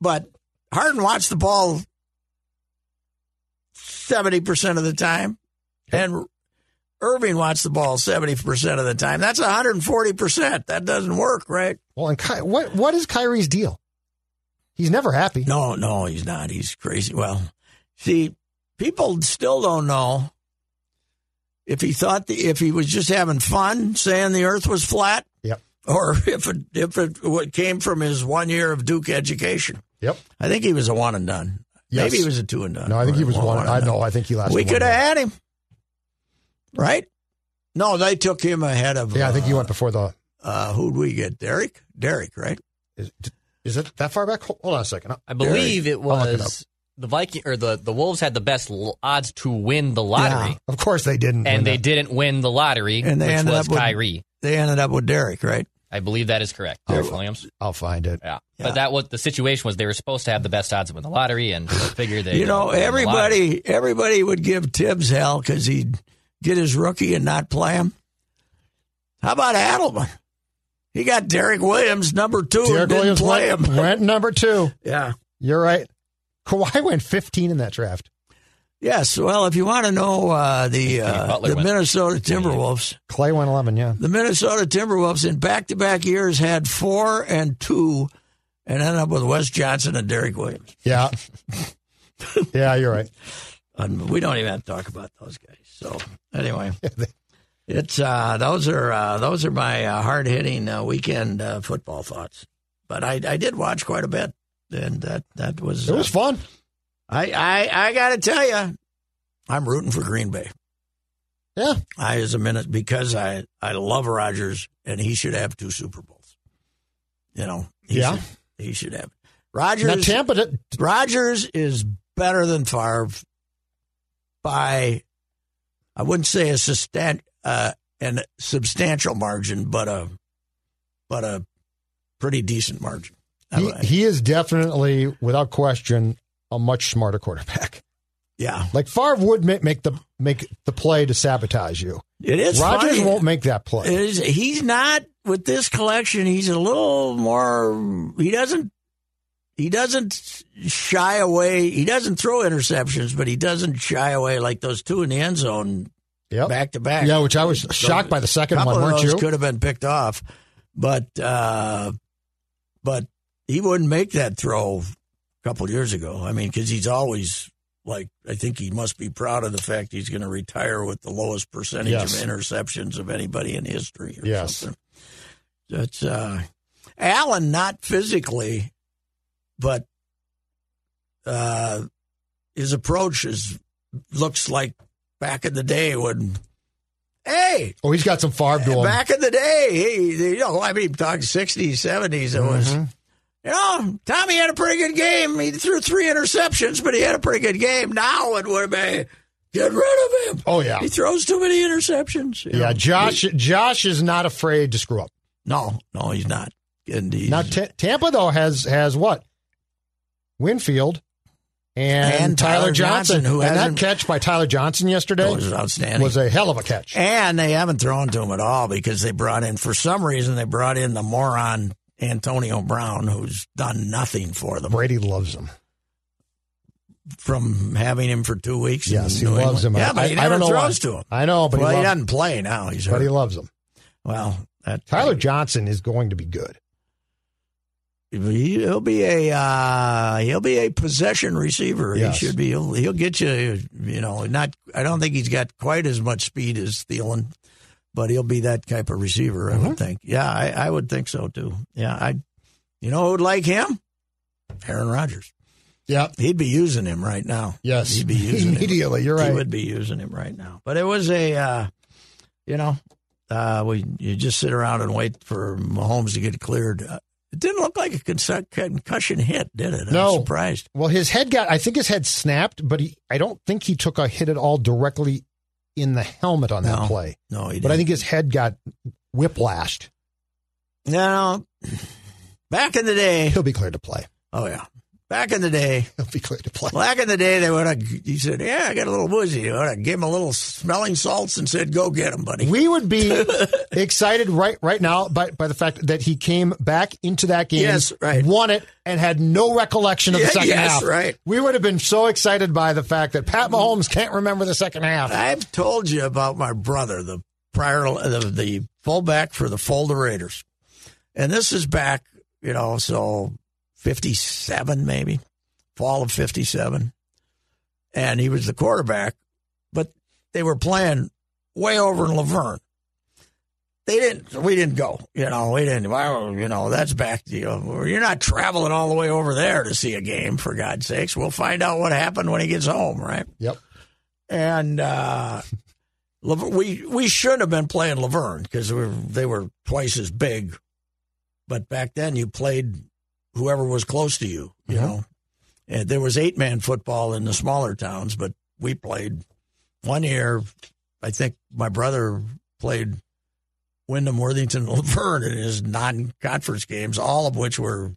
Speaker 3: but Harden wants the ball seventy percent of the time, and Irving wants the ball seventy percent of the time. That's one hundred and forty percent. That doesn't work, right?
Speaker 4: well, and Ky- what what is Kyrie's deal? He's never happy.
Speaker 3: No, no, he's not. He's crazy. Well, see, people still don't know if he thought the, if he was just having fun saying the Earth was flat,
Speaker 4: Yep.
Speaker 3: or if it if it what came from his one year of Duke education.
Speaker 4: Yep.
Speaker 3: I think he was a one and done.
Speaker 4: Yes.
Speaker 3: Maybe he was a two and done.
Speaker 4: No, I think he was
Speaker 3: One-
Speaker 4: one.
Speaker 3: one
Speaker 4: I
Speaker 3: and
Speaker 4: know. I think he
Speaker 3: done.
Speaker 4: lasted.
Speaker 3: We
Speaker 4: one
Speaker 3: could have
Speaker 4: year.
Speaker 3: had him, right? No, they took him ahead of.
Speaker 4: Yeah, I think he
Speaker 3: uh,
Speaker 4: went before the
Speaker 3: Uh, who'd we get? Derek. Derek, right?
Speaker 4: Is, is it that far back? Hold hold on a second.
Speaker 5: I believe it
Speaker 4: I'll look it
Speaker 5: was the Viking or the, the Wolves had the best l- odds to win the lottery,
Speaker 4: Yeah, Uh, of course they didn't. win
Speaker 5: and they
Speaker 4: that.
Speaker 5: didn't win the lottery,
Speaker 3: And they
Speaker 5: which
Speaker 3: ended
Speaker 5: was
Speaker 3: up with-
Speaker 5: Kyrie.
Speaker 3: They ended up with Derek, right?
Speaker 5: I believe that is correct, Derek Williams.
Speaker 4: I'll find it.
Speaker 3: Oh.
Speaker 5: Yeah.
Speaker 3: Yeah.
Speaker 5: but that was the situation was they were supposed to have the best odds to win the lottery, and I figure they
Speaker 3: you know,
Speaker 5: won the lottery.
Speaker 3: everybody everybody would give Tibbs hell because he'd get his rookie and not play him. How about Adelman? He got Derek Williams number two
Speaker 4: Derrick
Speaker 3: and didn't
Speaker 4: Williams
Speaker 3: play
Speaker 4: went,
Speaker 3: him.
Speaker 4: went number two.
Speaker 3: Yeah.
Speaker 4: You're right. Kawhi went 15 in that draft.
Speaker 3: Yes. Well, if you want to know uh, the uh,
Speaker 5: Butler
Speaker 3: the
Speaker 5: went-
Speaker 3: Minnesota Timberwolves,
Speaker 4: Clay went 11. Yeah.
Speaker 3: the Minnesota Timberwolves in back to back years had four and two, and ended up with Wes Johnson and Derek Williams.
Speaker 4: Yeah. yeah, you're right.
Speaker 3: And we don't even have to talk about those guys. So anyway, it's uh, those are uh, those are my uh, hard hitting uh, weekend uh, football thoughts. But I, I did watch quite a bit, and that that was
Speaker 4: It was
Speaker 3: uh,
Speaker 4: fun.
Speaker 3: I I, I got to tell you, I'm rooting for Green Bay.
Speaker 4: Yeah.
Speaker 3: I is a minute because I I love Rogers and he should have two Super Bowls. You know, he
Speaker 4: Yeah.
Speaker 3: should, he should have.
Speaker 4: Now,
Speaker 3: Rogers
Speaker 4: Tampa did,
Speaker 3: Rogers is better than Favre by I wouldn't say a sustain uh, an substantial margin, but a but a pretty decent margin.
Speaker 4: he,
Speaker 3: I-
Speaker 4: he is definitely, without question, a much smarter quarterback.
Speaker 3: yeah,
Speaker 4: Like Favre would make, make the make the play to sabotage you.
Speaker 3: it is.
Speaker 4: Rogers
Speaker 3: funny.
Speaker 4: won't make that play.
Speaker 3: It is- he's not with this collection. He's a little more. He doesn't. He doesn't shy away. He doesn't throw interceptions, but he doesn't shy away like those two in the end zone
Speaker 4: yep.
Speaker 3: back to back.
Speaker 4: Yeah, which I was shocked by the second
Speaker 3: couple
Speaker 4: one,
Speaker 3: of
Speaker 4: weren't
Speaker 3: those
Speaker 4: you?
Speaker 3: could have been picked off, but uh, but he wouldn't make that throw a couple years ago. I mean, because he's always like, I think he must be proud of the fact he's going to retire with the lowest percentage
Speaker 4: Yes.
Speaker 3: of interceptions of anybody in history. Or
Speaker 4: Yes.
Speaker 3: something. that's uh, Allen, not physically, but uh, his approach is looks like back in the day when. Hey,
Speaker 4: Oh, he's got some Favre to him.
Speaker 3: Back in the day, he, you know, I mean, talking 60s, 70s, it was,
Speaker 4: Mhm.
Speaker 3: you know, Tommy had a pretty good game. He threw three interceptions, but he had a pretty good game. Now it would be, get rid of him.
Speaker 4: Oh yeah,
Speaker 3: He throws too many interceptions. you know.
Speaker 4: yeah. Josh, Josh is not afraid to screw up.
Speaker 3: No, no, he's not. And he's,
Speaker 4: Now Ta Tampa though has has what? Winfield and,
Speaker 3: And
Speaker 4: Tyler,
Speaker 3: Tyler
Speaker 4: Johnson,
Speaker 3: Johnson, who
Speaker 4: and that
Speaker 3: hasn't-
Speaker 4: catch by Tyler Johnson yesterday
Speaker 3: that was outstanding.
Speaker 4: was a hell of a catch.
Speaker 3: and they haven't thrown to him at all because they brought in, for some reason, they brought in the moron Antonio Brown, who's done nothing for them.
Speaker 4: Brady loves him.
Speaker 3: from having him for two weeks. in
Speaker 4: Yes, he
Speaker 3: New
Speaker 4: loves
Speaker 3: England.
Speaker 4: him.
Speaker 3: Yeah,
Speaker 4: I-
Speaker 3: but he
Speaker 4: I- I
Speaker 3: never
Speaker 4: don't know
Speaker 3: throws
Speaker 4: why.
Speaker 3: to him.
Speaker 4: I know, but he
Speaker 3: well, he,
Speaker 4: loves-
Speaker 3: doesn't play now. He's
Speaker 4: But he
Speaker 3: hurt.
Speaker 4: loves him.
Speaker 3: well. That,
Speaker 4: Tyler Johnson is going to be good.
Speaker 3: he, he'll be a uh, he'll be a possession receiver.
Speaker 4: Yes.
Speaker 3: He should be. He'll, he'll get you. You know, not. I don't think he's got quite as much speed as Thielen, but he'll be that type of receiver. I
Speaker 4: Mm-hmm.
Speaker 3: would think. Yeah, I, I would think so too. Yeah, I. You know who would like him? Aaron Rodgers.
Speaker 4: Yeah.
Speaker 3: He'd be using him right now.
Speaker 4: Yes.
Speaker 3: he'd be using him.
Speaker 4: immediately. You're right.
Speaker 3: He would be using him right now. But it was a, uh, you know, uh, we you just sit around and wait for Mahomes to get cleared. Uh, it didn't look like a concu- concussion hit, did it?
Speaker 4: No.
Speaker 3: I'm surprised.
Speaker 4: Well, his head got. I think his head snapped, but he. I don't think he took a hit at all directly in the helmet on that
Speaker 3: No,
Speaker 4: play.
Speaker 3: No, he didn't.
Speaker 4: But I think his head got whiplashed.
Speaker 3: no, no. back in the day.
Speaker 4: He'll be cleared to play.
Speaker 3: Oh yeah, back in the day.
Speaker 4: He'll be cleared to play.
Speaker 3: Back in the day, they would have. He said, "Yeah, I got a little woozy." You would have give him a little smelling salts and said, "Go get him, buddy."
Speaker 4: We would be excited right right now by, by the fact that he came back into that game,
Speaker 3: Yes, right.
Speaker 4: won it, and had no recollection of the
Speaker 3: Yeah,
Speaker 4: second
Speaker 3: yes,
Speaker 4: half.
Speaker 3: right.
Speaker 4: We would have been so excited by the fact that Pat Mahomes can't remember the second half.
Speaker 3: I've told you about my brother, the prior, the, the fullback for the Folder Raiders, and this is back, you know, so fifty-seven maybe, fall of fifty-seven, and he was the quarterback, but they were playing way over in Laverne. They didn't. We didn't go. You know, we didn't. Well, you know, that's back to you. You're not traveling all the way over there to see a game, for God's sakes. We'll find out what happened when he gets home, right?
Speaker 4: Yep.
Speaker 3: and uh, Laver- we we should have been playing Laverne because we were, they were twice as big. But back then, you played whoever was close to you, you know, And there was eight man football in the smaller towns, but we played one year. I think my brother played Wyndham, Worthington, Laverne in his non conference games, all of which were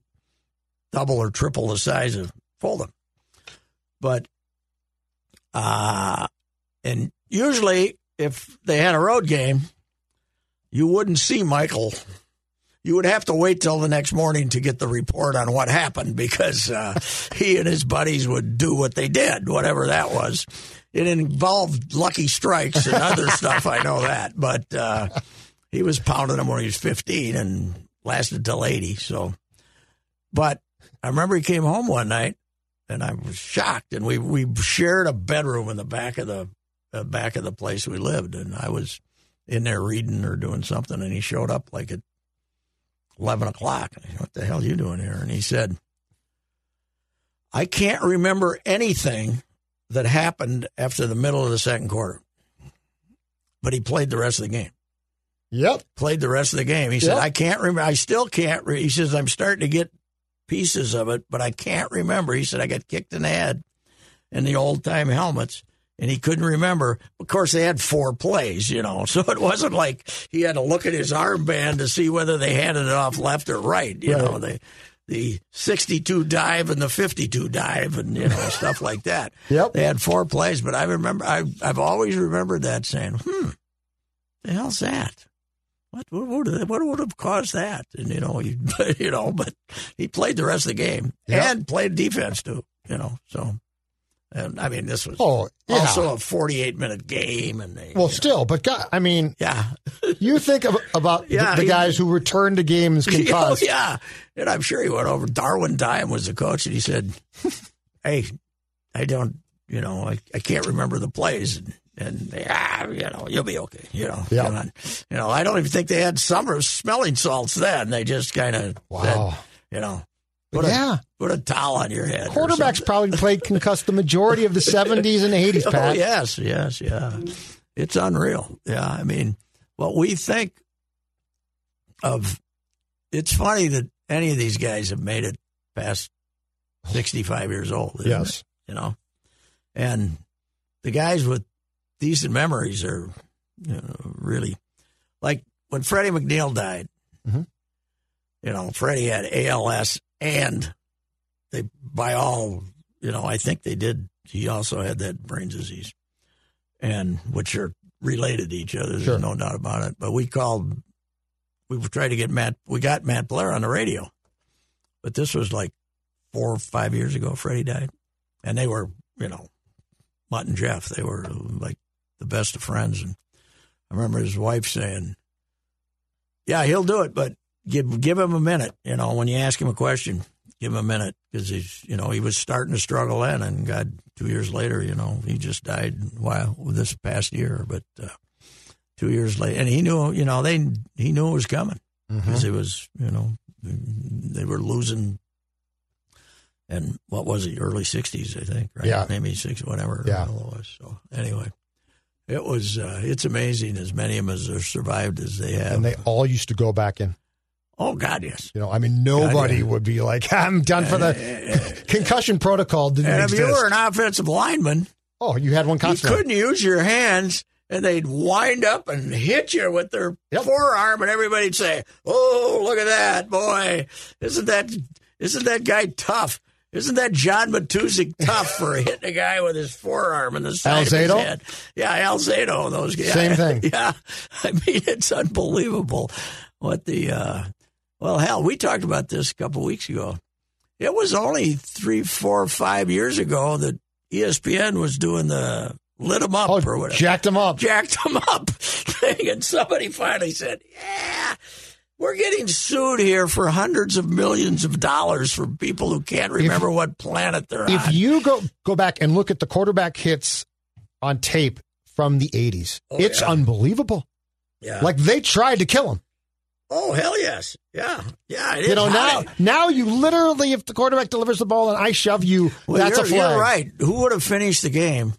Speaker 3: double or triple the size of Fulham. But, uh, and usually if they had a road game, you wouldn't see Michael. You would have to wait till the next morning to get the report on what happened because uh, he and his buddies would do what they did, whatever that was. It involved lucky strikes and other stuff. I know that, but uh, he was pounding them when he was 15 and lasted till 80. So, but I remember he came home one night and I was shocked. And we, we shared a bedroom in the back of the uh, back of the place we lived, and I was in there reading or doing something, and he showed up like at eleven o'clock. And I said, what the hell are you doing here? And he said, I can't remember anything that happened after the middle of the second quarter, but he played the rest of the game
Speaker 4: Yep.
Speaker 3: played the rest of the game. He said,
Speaker 4: Yeah.
Speaker 3: I can't remember. I still can't. Re-. He says, I'm starting to get pieces of it, but I can't remember. He said, I got kicked in the head in the old time helmets. And he couldn't remember. Of course, they had four plays, you know, so it wasn't like he had to look at his armband to see whether they handed it off left or right. You know, the the sixty-two dive and the fifty-two dive, and you know, stuff like that.
Speaker 4: Yep.
Speaker 3: They had four plays, but I remember I I've always remembered that saying, "Hmm, the hell's that? What what would have, what would have caused that?" And you know, you, you know, but he played the rest of the game
Speaker 4: Yeah.
Speaker 3: and played defense too. You know, so and I mean, this was
Speaker 4: Oh, yeah.
Speaker 3: also a forty-eight minute game, and they,
Speaker 4: well,
Speaker 3: you know,
Speaker 4: still, but God, I mean,
Speaker 3: yeah.
Speaker 4: you think of, about the-
Speaker 3: Yeah,
Speaker 4: the,
Speaker 3: he-
Speaker 4: guys who returned to games
Speaker 3: Oh,
Speaker 4: concussed.
Speaker 3: yeah. And I'm sure he went over. Darwin Dime was the coach, and he said, Hey, I don't, you know, I, I can't remember the plays. And, and ah, you know, you'll be okay. You know,
Speaker 4: Yeah.
Speaker 3: come on. You know, I don't even think they had summer smelling salts then. They just kind of,
Speaker 4: Wow.
Speaker 3: you know,
Speaker 4: But
Speaker 3: put,
Speaker 4: yeah.
Speaker 3: a, put a towel on your head. or
Speaker 4: Quarterbacks
Speaker 3: something.
Speaker 4: probably played concussed the majority of the 70s and 80s,
Speaker 3: Oh,
Speaker 4: Pat.
Speaker 3: yes, yes, yeah. It's unreal. Yeah, I mean, what we think of. It's funny that any of these guys have made it past sixty-five years old. isn't
Speaker 4: Yes.
Speaker 3: it? you know, and the guys with decent memories are you know, really like when Freddie McNeil died.
Speaker 4: Mhm.
Speaker 3: You know, Freddie had ALS, and they by all you know, I think they did. He also had that brain disease, and which are related to each other. There's
Speaker 4: Sure.
Speaker 3: no doubt about it. But we called, we tried to get Matt. We got Matt Blair on the radio, but this was like four or five years ago. Freddie died, and they were, you know, Mutt and Jeff. They were like the best of friends. And I remember his wife saying, "Yeah, he'll do it, but give give him a minute. You know, when you ask him a question." give him a minute because he's you know he was starting to struggle then and god two years later you know he just died wow this past year but uh, two years later and he knew you know they he knew it was coming
Speaker 4: Mm-hmm. Uh-huh.
Speaker 3: because it was you know they were losing and what was it early 60s i think right
Speaker 4: Yeah.
Speaker 3: maybe six whatever
Speaker 4: Yeah.
Speaker 3: it was so anyway it was uh, it's amazing as many of them as are survived as they have
Speaker 4: And they all used to go back in.
Speaker 3: oh god yes
Speaker 4: You know, I mean, nobody
Speaker 3: Yeah, yeah.
Speaker 4: would be like, I'm done for the concussion protocol. Didn't
Speaker 3: and if
Speaker 4: exist.
Speaker 3: you were an offensive lineman
Speaker 4: oh, you had one
Speaker 3: you
Speaker 4: constant.
Speaker 3: couldn't use your hands, and they'd wind up and hit you with their
Speaker 4: Yep.
Speaker 3: forearm, and everybody'd say, "Oh, look at that boy! Isn't that isn't that guy tough?" Isn't that John Matuzik tough for hitting a guy with his forearm in the side of his
Speaker 4: Alzado?
Speaker 3: head? Yeah, Alzado. and Those guys.
Speaker 4: Same thing.
Speaker 3: Yeah, I mean it's unbelievable what the. Uh, well, hell, we talked about this a couple weeks ago. It was only three, four, five years ago that E ESPN was doing the lit 'em up or
Speaker 4: Oh,
Speaker 3: whatever.
Speaker 4: jacked them up.
Speaker 3: Jacked 'em up thing. And somebody finally said, yeah, we're getting sued here for hundreds of millions of dollars for people who can't remember what planet they're
Speaker 4: if
Speaker 3: on.
Speaker 4: you go go back and look at the quarterback hits on tape from the 80s,
Speaker 3: Oh,
Speaker 4: it's
Speaker 3: yeah.
Speaker 4: unbelievable.
Speaker 3: yeah.
Speaker 4: Like they tried to kill him.
Speaker 3: oh, hell yes. Yeah. Yeah. it
Speaker 4: You
Speaker 3: is
Speaker 4: know, now
Speaker 3: hot.
Speaker 4: now you literally if the quarterback delivers the ball and I shove you,
Speaker 3: Well,
Speaker 4: that's
Speaker 3: you're,
Speaker 4: a flag.
Speaker 3: You're right. Who would have finished the game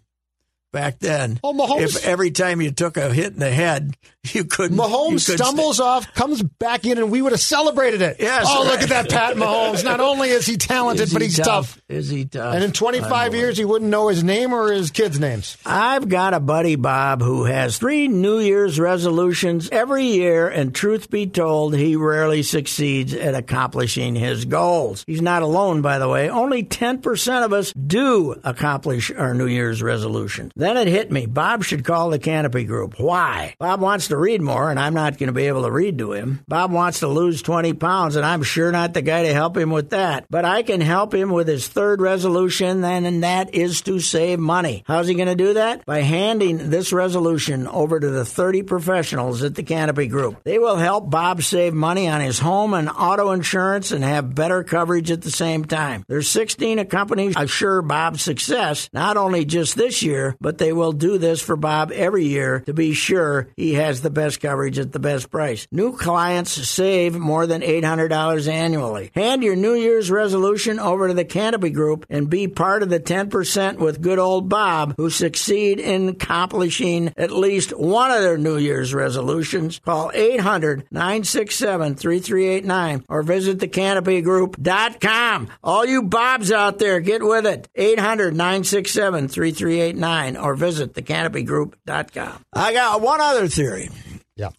Speaker 3: back then.
Speaker 4: Oh, Mahomes-
Speaker 3: If every time you took a hit in the head, you couldn't. you
Speaker 4: Mahomes
Speaker 3: couldn't
Speaker 4: stumbles off, comes back in, and we would have celebrated it.
Speaker 3: Yes,
Speaker 4: oh, look
Speaker 3: right.
Speaker 4: at that, Pat Mahomes! Not only is he
Speaker 3: stay-
Speaker 4: talented,
Speaker 3: Is
Speaker 4: but
Speaker 3: he
Speaker 4: he's tough.
Speaker 3: Is he tough?
Speaker 4: And in 25 years, he wouldn't know his name or his kids' names.
Speaker 3: I've got a buddy, Bob, who has three New Year's resolutions every year, and truth be told, he rarely succeeds at accomplishing his goals. He's not alone, by the way. Only 10% of us do accomplish our New Year's resolution. Then it hit me. Bob should call the Canopy Group. Why? Bob wants to read more, and I'm not going to be able to read to him. Bob wants to lose 20 pounds, and I'm sure not the guy to help him with that. But I can help him with his third resolution, then, and that is to save money. How's he going to do that? By handing this resolution over to the 30 professionals at the Canopy Group. They will help Bob save money on his home and auto insurance and have better coverage at the same time. There's 16 companies assure Bob's success, not only just this year, but they will do this for Bob every year to be sure he has the best coverage at the best price. New clients save more than $800 annually. Hand your New Year's resolution over to the Canopy Group and be part of the 10% with good old Bob who succeed in accomplishing at least one of their New Year's resolutions. Call 800 967 3389 or visit thecanopygroup.com. All you Bobs out there, get with it. 800 967 3389 or visit thecanopygroup.com. I got one other theory.
Speaker 4: Yeah.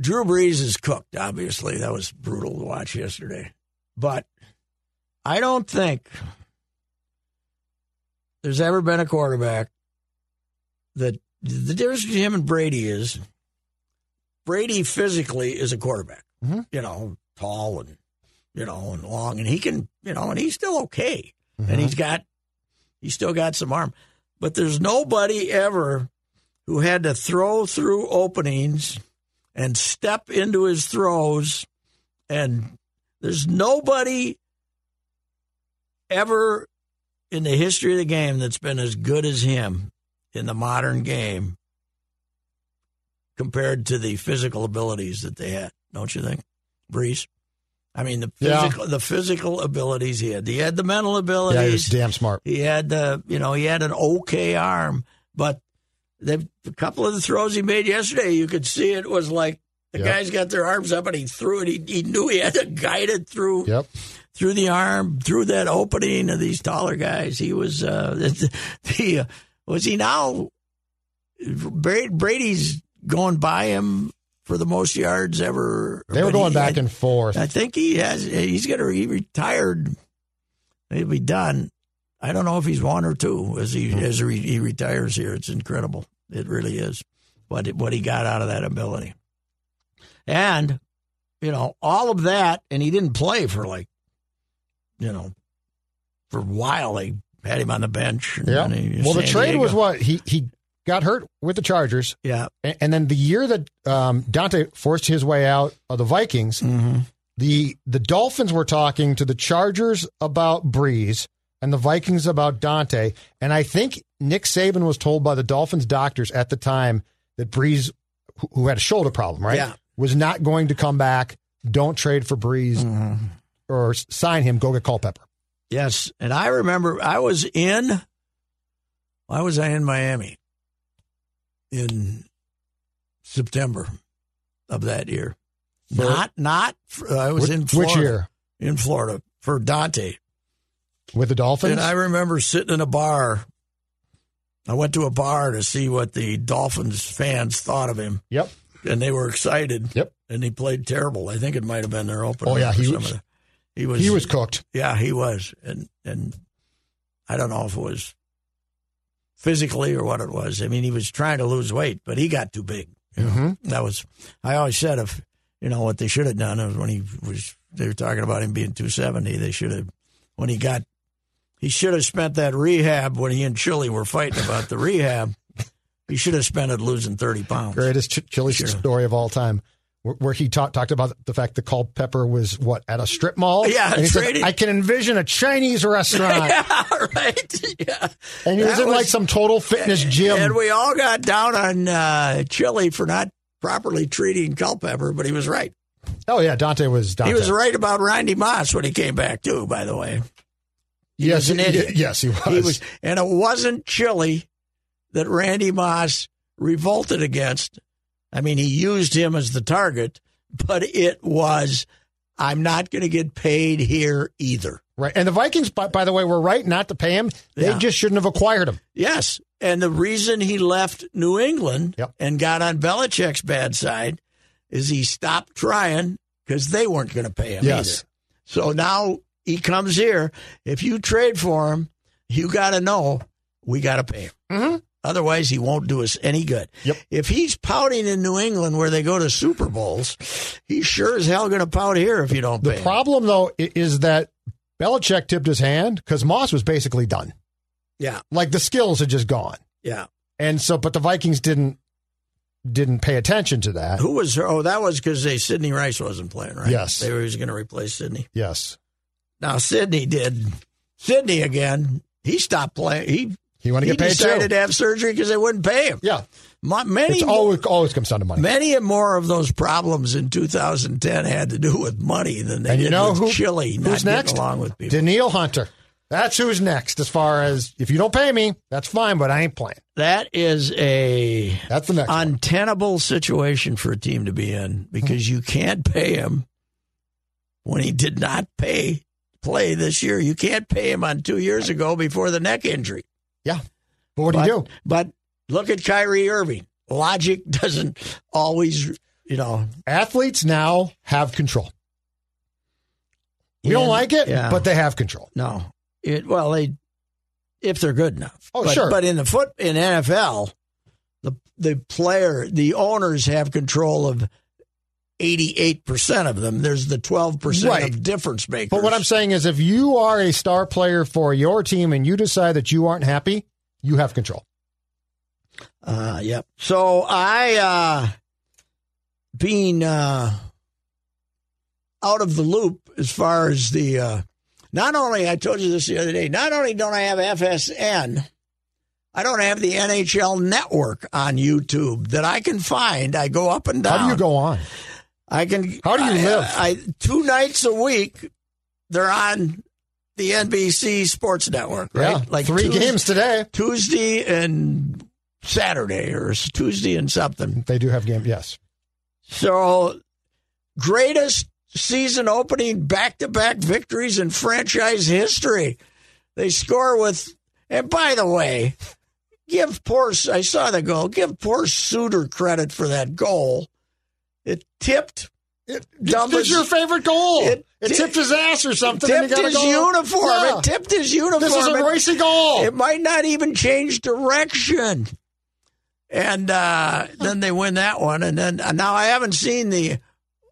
Speaker 3: Drew Brees is cooked, obviously. That was brutal to watch yesterday. But I don't think there's ever been a quarterback that the difference between him and Brady is Brady physically is a quarterback,
Speaker 4: Mhm.
Speaker 3: you know, tall and, you know, and long, and he can, you know, and he's still okay. And he's got, he's still got some arm. But there's nobody ever who had to throw through openings and step into his throws. And there's nobody ever in the history of the game that's been as good as him in the modern game compared to the physical abilities that they had, don't you think, Breeze? I mean the
Speaker 4: Yeah.
Speaker 3: physical the physical abilities he had. He had the mental
Speaker 4: Yeah, he was
Speaker 3: abilities.
Speaker 4: damn smart.
Speaker 3: He had the you know he had an okay arm, but the a couple of the throws he made yesterday, you could see it was like the
Speaker 4: Yep.
Speaker 3: guys got their arms up and he threw it. He, he knew he had to guide it through
Speaker 4: Yep.
Speaker 3: through the arm through that opening of these taller guys. He was uh, the, the uh, was he now Bra- Brady's going by him for the most yards ever.
Speaker 4: They were
Speaker 3: But he-
Speaker 4: going back
Speaker 3: I-
Speaker 4: and forth.
Speaker 3: I think he has. He's gonna he retired. He'll be done. I don't know if he's one or two as
Speaker 4: Hmm.
Speaker 3: he as he, he retires here. It's incredible. It really is. What what he got out of that ability, and you know all of that, and he didn't play for like, you know, for a while. They had him on the bench. and
Speaker 4: Yeah.
Speaker 3: then he-
Speaker 4: Well, the
Speaker 3: San
Speaker 4: trade was
Speaker 3: Diego.
Speaker 4: what he he got hurt with the Chargers,
Speaker 3: Yeah.
Speaker 4: and, and then the year that um, Dante forced his way out of the Vikings,
Speaker 3: Mm-hmm.
Speaker 4: the the Dolphins were talking to the Chargers about Breeze and the Vikings about Dante, and I think Nick Saban was told by the Dolphins doctors at the time that Breeze, who- who had a shoulder problem, right,
Speaker 3: Yeah.
Speaker 4: was not going to come back. Don't trade for Breeze
Speaker 3: Mm.
Speaker 4: or s- sign him. Go get Culpepper.
Speaker 3: Yes, and I remember I was in. Why was I in Miami? In September of that year, not not. uh, I was
Speaker 4: Wh-
Speaker 3: in
Speaker 4: which
Speaker 3: Florida,
Speaker 4: year?
Speaker 3: In Florida for Dante,
Speaker 4: With the Dolphins,
Speaker 3: and I remember sitting in a bar. I went to a bar to see what the Dolphins fans thought of him,
Speaker 4: yep,
Speaker 3: and they were excited.
Speaker 4: Yep.
Speaker 3: And he played terrible. I think it might have been their opener.
Speaker 4: Oh, yeah,
Speaker 3: or
Speaker 4: he
Speaker 3: some
Speaker 4: was-
Speaker 3: of the- he was
Speaker 4: he was cooked.
Speaker 3: yeah, he was, and and I don't know if it was physically or what it was. I mean, he was trying to lose weight, but he got too big. you know.
Speaker 4: Mhm.
Speaker 3: That was I always said if you know what they should have done is when he was they were talking about him being two seventy. They should have when he got he should have spent that rehab when he and Chili were fighting about the rehab. He should have spent it losing thirty pounds.
Speaker 4: greatest ch- chili
Speaker 3: Sure.
Speaker 4: story of all time, where, where he talked talked about the fact that Culpepper was what at a strip mall.
Speaker 3: Yeah,
Speaker 4: and he said,
Speaker 3: trading-
Speaker 4: I can envision a Chinese restaurant,
Speaker 3: Yeah, right. Yeah.
Speaker 4: and he was
Speaker 3: That
Speaker 4: in like some Total Fitness gym.
Speaker 3: And we all got down on uh, Chili for not properly treating Culpepper, but he was right.
Speaker 4: oh yeah, Dante was Dante.
Speaker 3: He was right about Randy Moss when he came back too. By the way, was
Speaker 4: Yes,
Speaker 3: an
Speaker 4: he-
Speaker 3: idiot.
Speaker 4: yes, he was.
Speaker 3: he was, and it wasn't Chili that Randy Moss revolted against. I mean, he used him as the target, but it was, I'm not going to get paid here either.
Speaker 4: Right. And the Vikings, by, by the way, were right not to pay him. They
Speaker 3: Yeah.
Speaker 4: just shouldn't have acquired him.
Speaker 3: Yes. And the reason he left New England
Speaker 4: Yep.
Speaker 3: and got on Belichick's bad side is he stopped trying because they weren't going to pay him
Speaker 4: Yes.
Speaker 3: either. So now he comes here. If you trade for him, you got to know we got to pay him. Otherwise, he won't do us any good.
Speaker 4: Mm-hmm. Yep.
Speaker 3: If he's pouting in New England where they go to Super Bowls, he's sure as hell going to pout here if you don't
Speaker 4: The
Speaker 3: pay him.
Speaker 4: problem, though, i- is that Belichick tipped his hand because Moss was basically done.
Speaker 3: Yeah.
Speaker 4: Like the skills had just gone.
Speaker 3: Yeah.
Speaker 4: And so, but the Vikings didn't didn't pay attention to that.
Speaker 3: Who was? Oh, that was because they Sidney Rice wasn't playing, right?
Speaker 4: Yes.
Speaker 3: they were going to replace Sidney.
Speaker 4: Yes,
Speaker 3: Now Sidney did. Sidney again. He stopped playing. He
Speaker 4: he wanted to
Speaker 3: he
Speaker 4: get paid
Speaker 3: decided
Speaker 4: too.
Speaker 3: to have surgery because they wouldn't pay him.
Speaker 4: yeah,
Speaker 3: Ma- Many
Speaker 4: it's
Speaker 3: more,
Speaker 4: always always comes down to money.
Speaker 3: many and more of those problems in 2010 had to do with money than they
Speaker 4: And
Speaker 3: did
Speaker 4: you know
Speaker 3: with
Speaker 4: who-
Speaker 3: Chile not
Speaker 4: who's
Speaker 3: getting
Speaker 4: next?
Speaker 3: along with people.
Speaker 4: Daniil Hunter. That's who's next. As far as if you don't pay me, that's fine, but I ain't playing.
Speaker 3: that is a
Speaker 4: That's the next. one.
Speaker 3: untenable situation for a team to be in because you can't pay him when he did not pay play this year. You can't pay him on two years ago before the neck injury.
Speaker 4: Yeah, but what do you do?
Speaker 3: But look at Kyrie Irving. Logic doesn't always, you know.
Speaker 4: Athletes now have control. We don't
Speaker 3: in-
Speaker 4: like it,
Speaker 3: yeah.
Speaker 4: but they have control.
Speaker 3: no, it well they if they're good enough.
Speaker 4: Oh,
Speaker 3: but,
Speaker 4: sure.
Speaker 3: But in the foot in NFL, the the player, the owners have control of. 88% of them. There's the 12%
Speaker 4: Right.
Speaker 3: of difference makers.
Speaker 4: But what I'm saying is, if you are a star player for your team and you decide that you aren't happy, you have control.
Speaker 3: Uh, yep. So I, uh, being uh, out of the loop as far as the, uh, not only, I told you this the other day, not only don't I have FSN, I don't have the NHL network on YouTube that I can find. I go up and down.
Speaker 4: How do you go on?
Speaker 3: I can.
Speaker 4: How do you
Speaker 3: I-
Speaker 4: live?
Speaker 3: I, two nights a week, they're on the NBC Sports Network, right?
Speaker 4: Yeah, like three
Speaker 3: Tues-
Speaker 4: games today.
Speaker 3: Tuesday and Saturday, or s- Tuesday and something.
Speaker 4: They do have game. Yes,
Speaker 3: So, greatest season opening back to back victories in franchise history. They score with, and by the way, give poor, I saw the goal, give poor Suter credit for that goal. It tipped. It,
Speaker 4: it's your favorite goal. It,
Speaker 3: It-
Speaker 4: tipped his ass or something. and he
Speaker 3: tipped
Speaker 4: got a
Speaker 3: his
Speaker 4: goal.
Speaker 3: uniform.
Speaker 4: Yeah.
Speaker 3: It tipped his uniform.
Speaker 4: This is a
Speaker 3: It-
Speaker 4: racy goal.
Speaker 3: it might not even change direction. And uh, then they win that one. And then and now I haven't seen the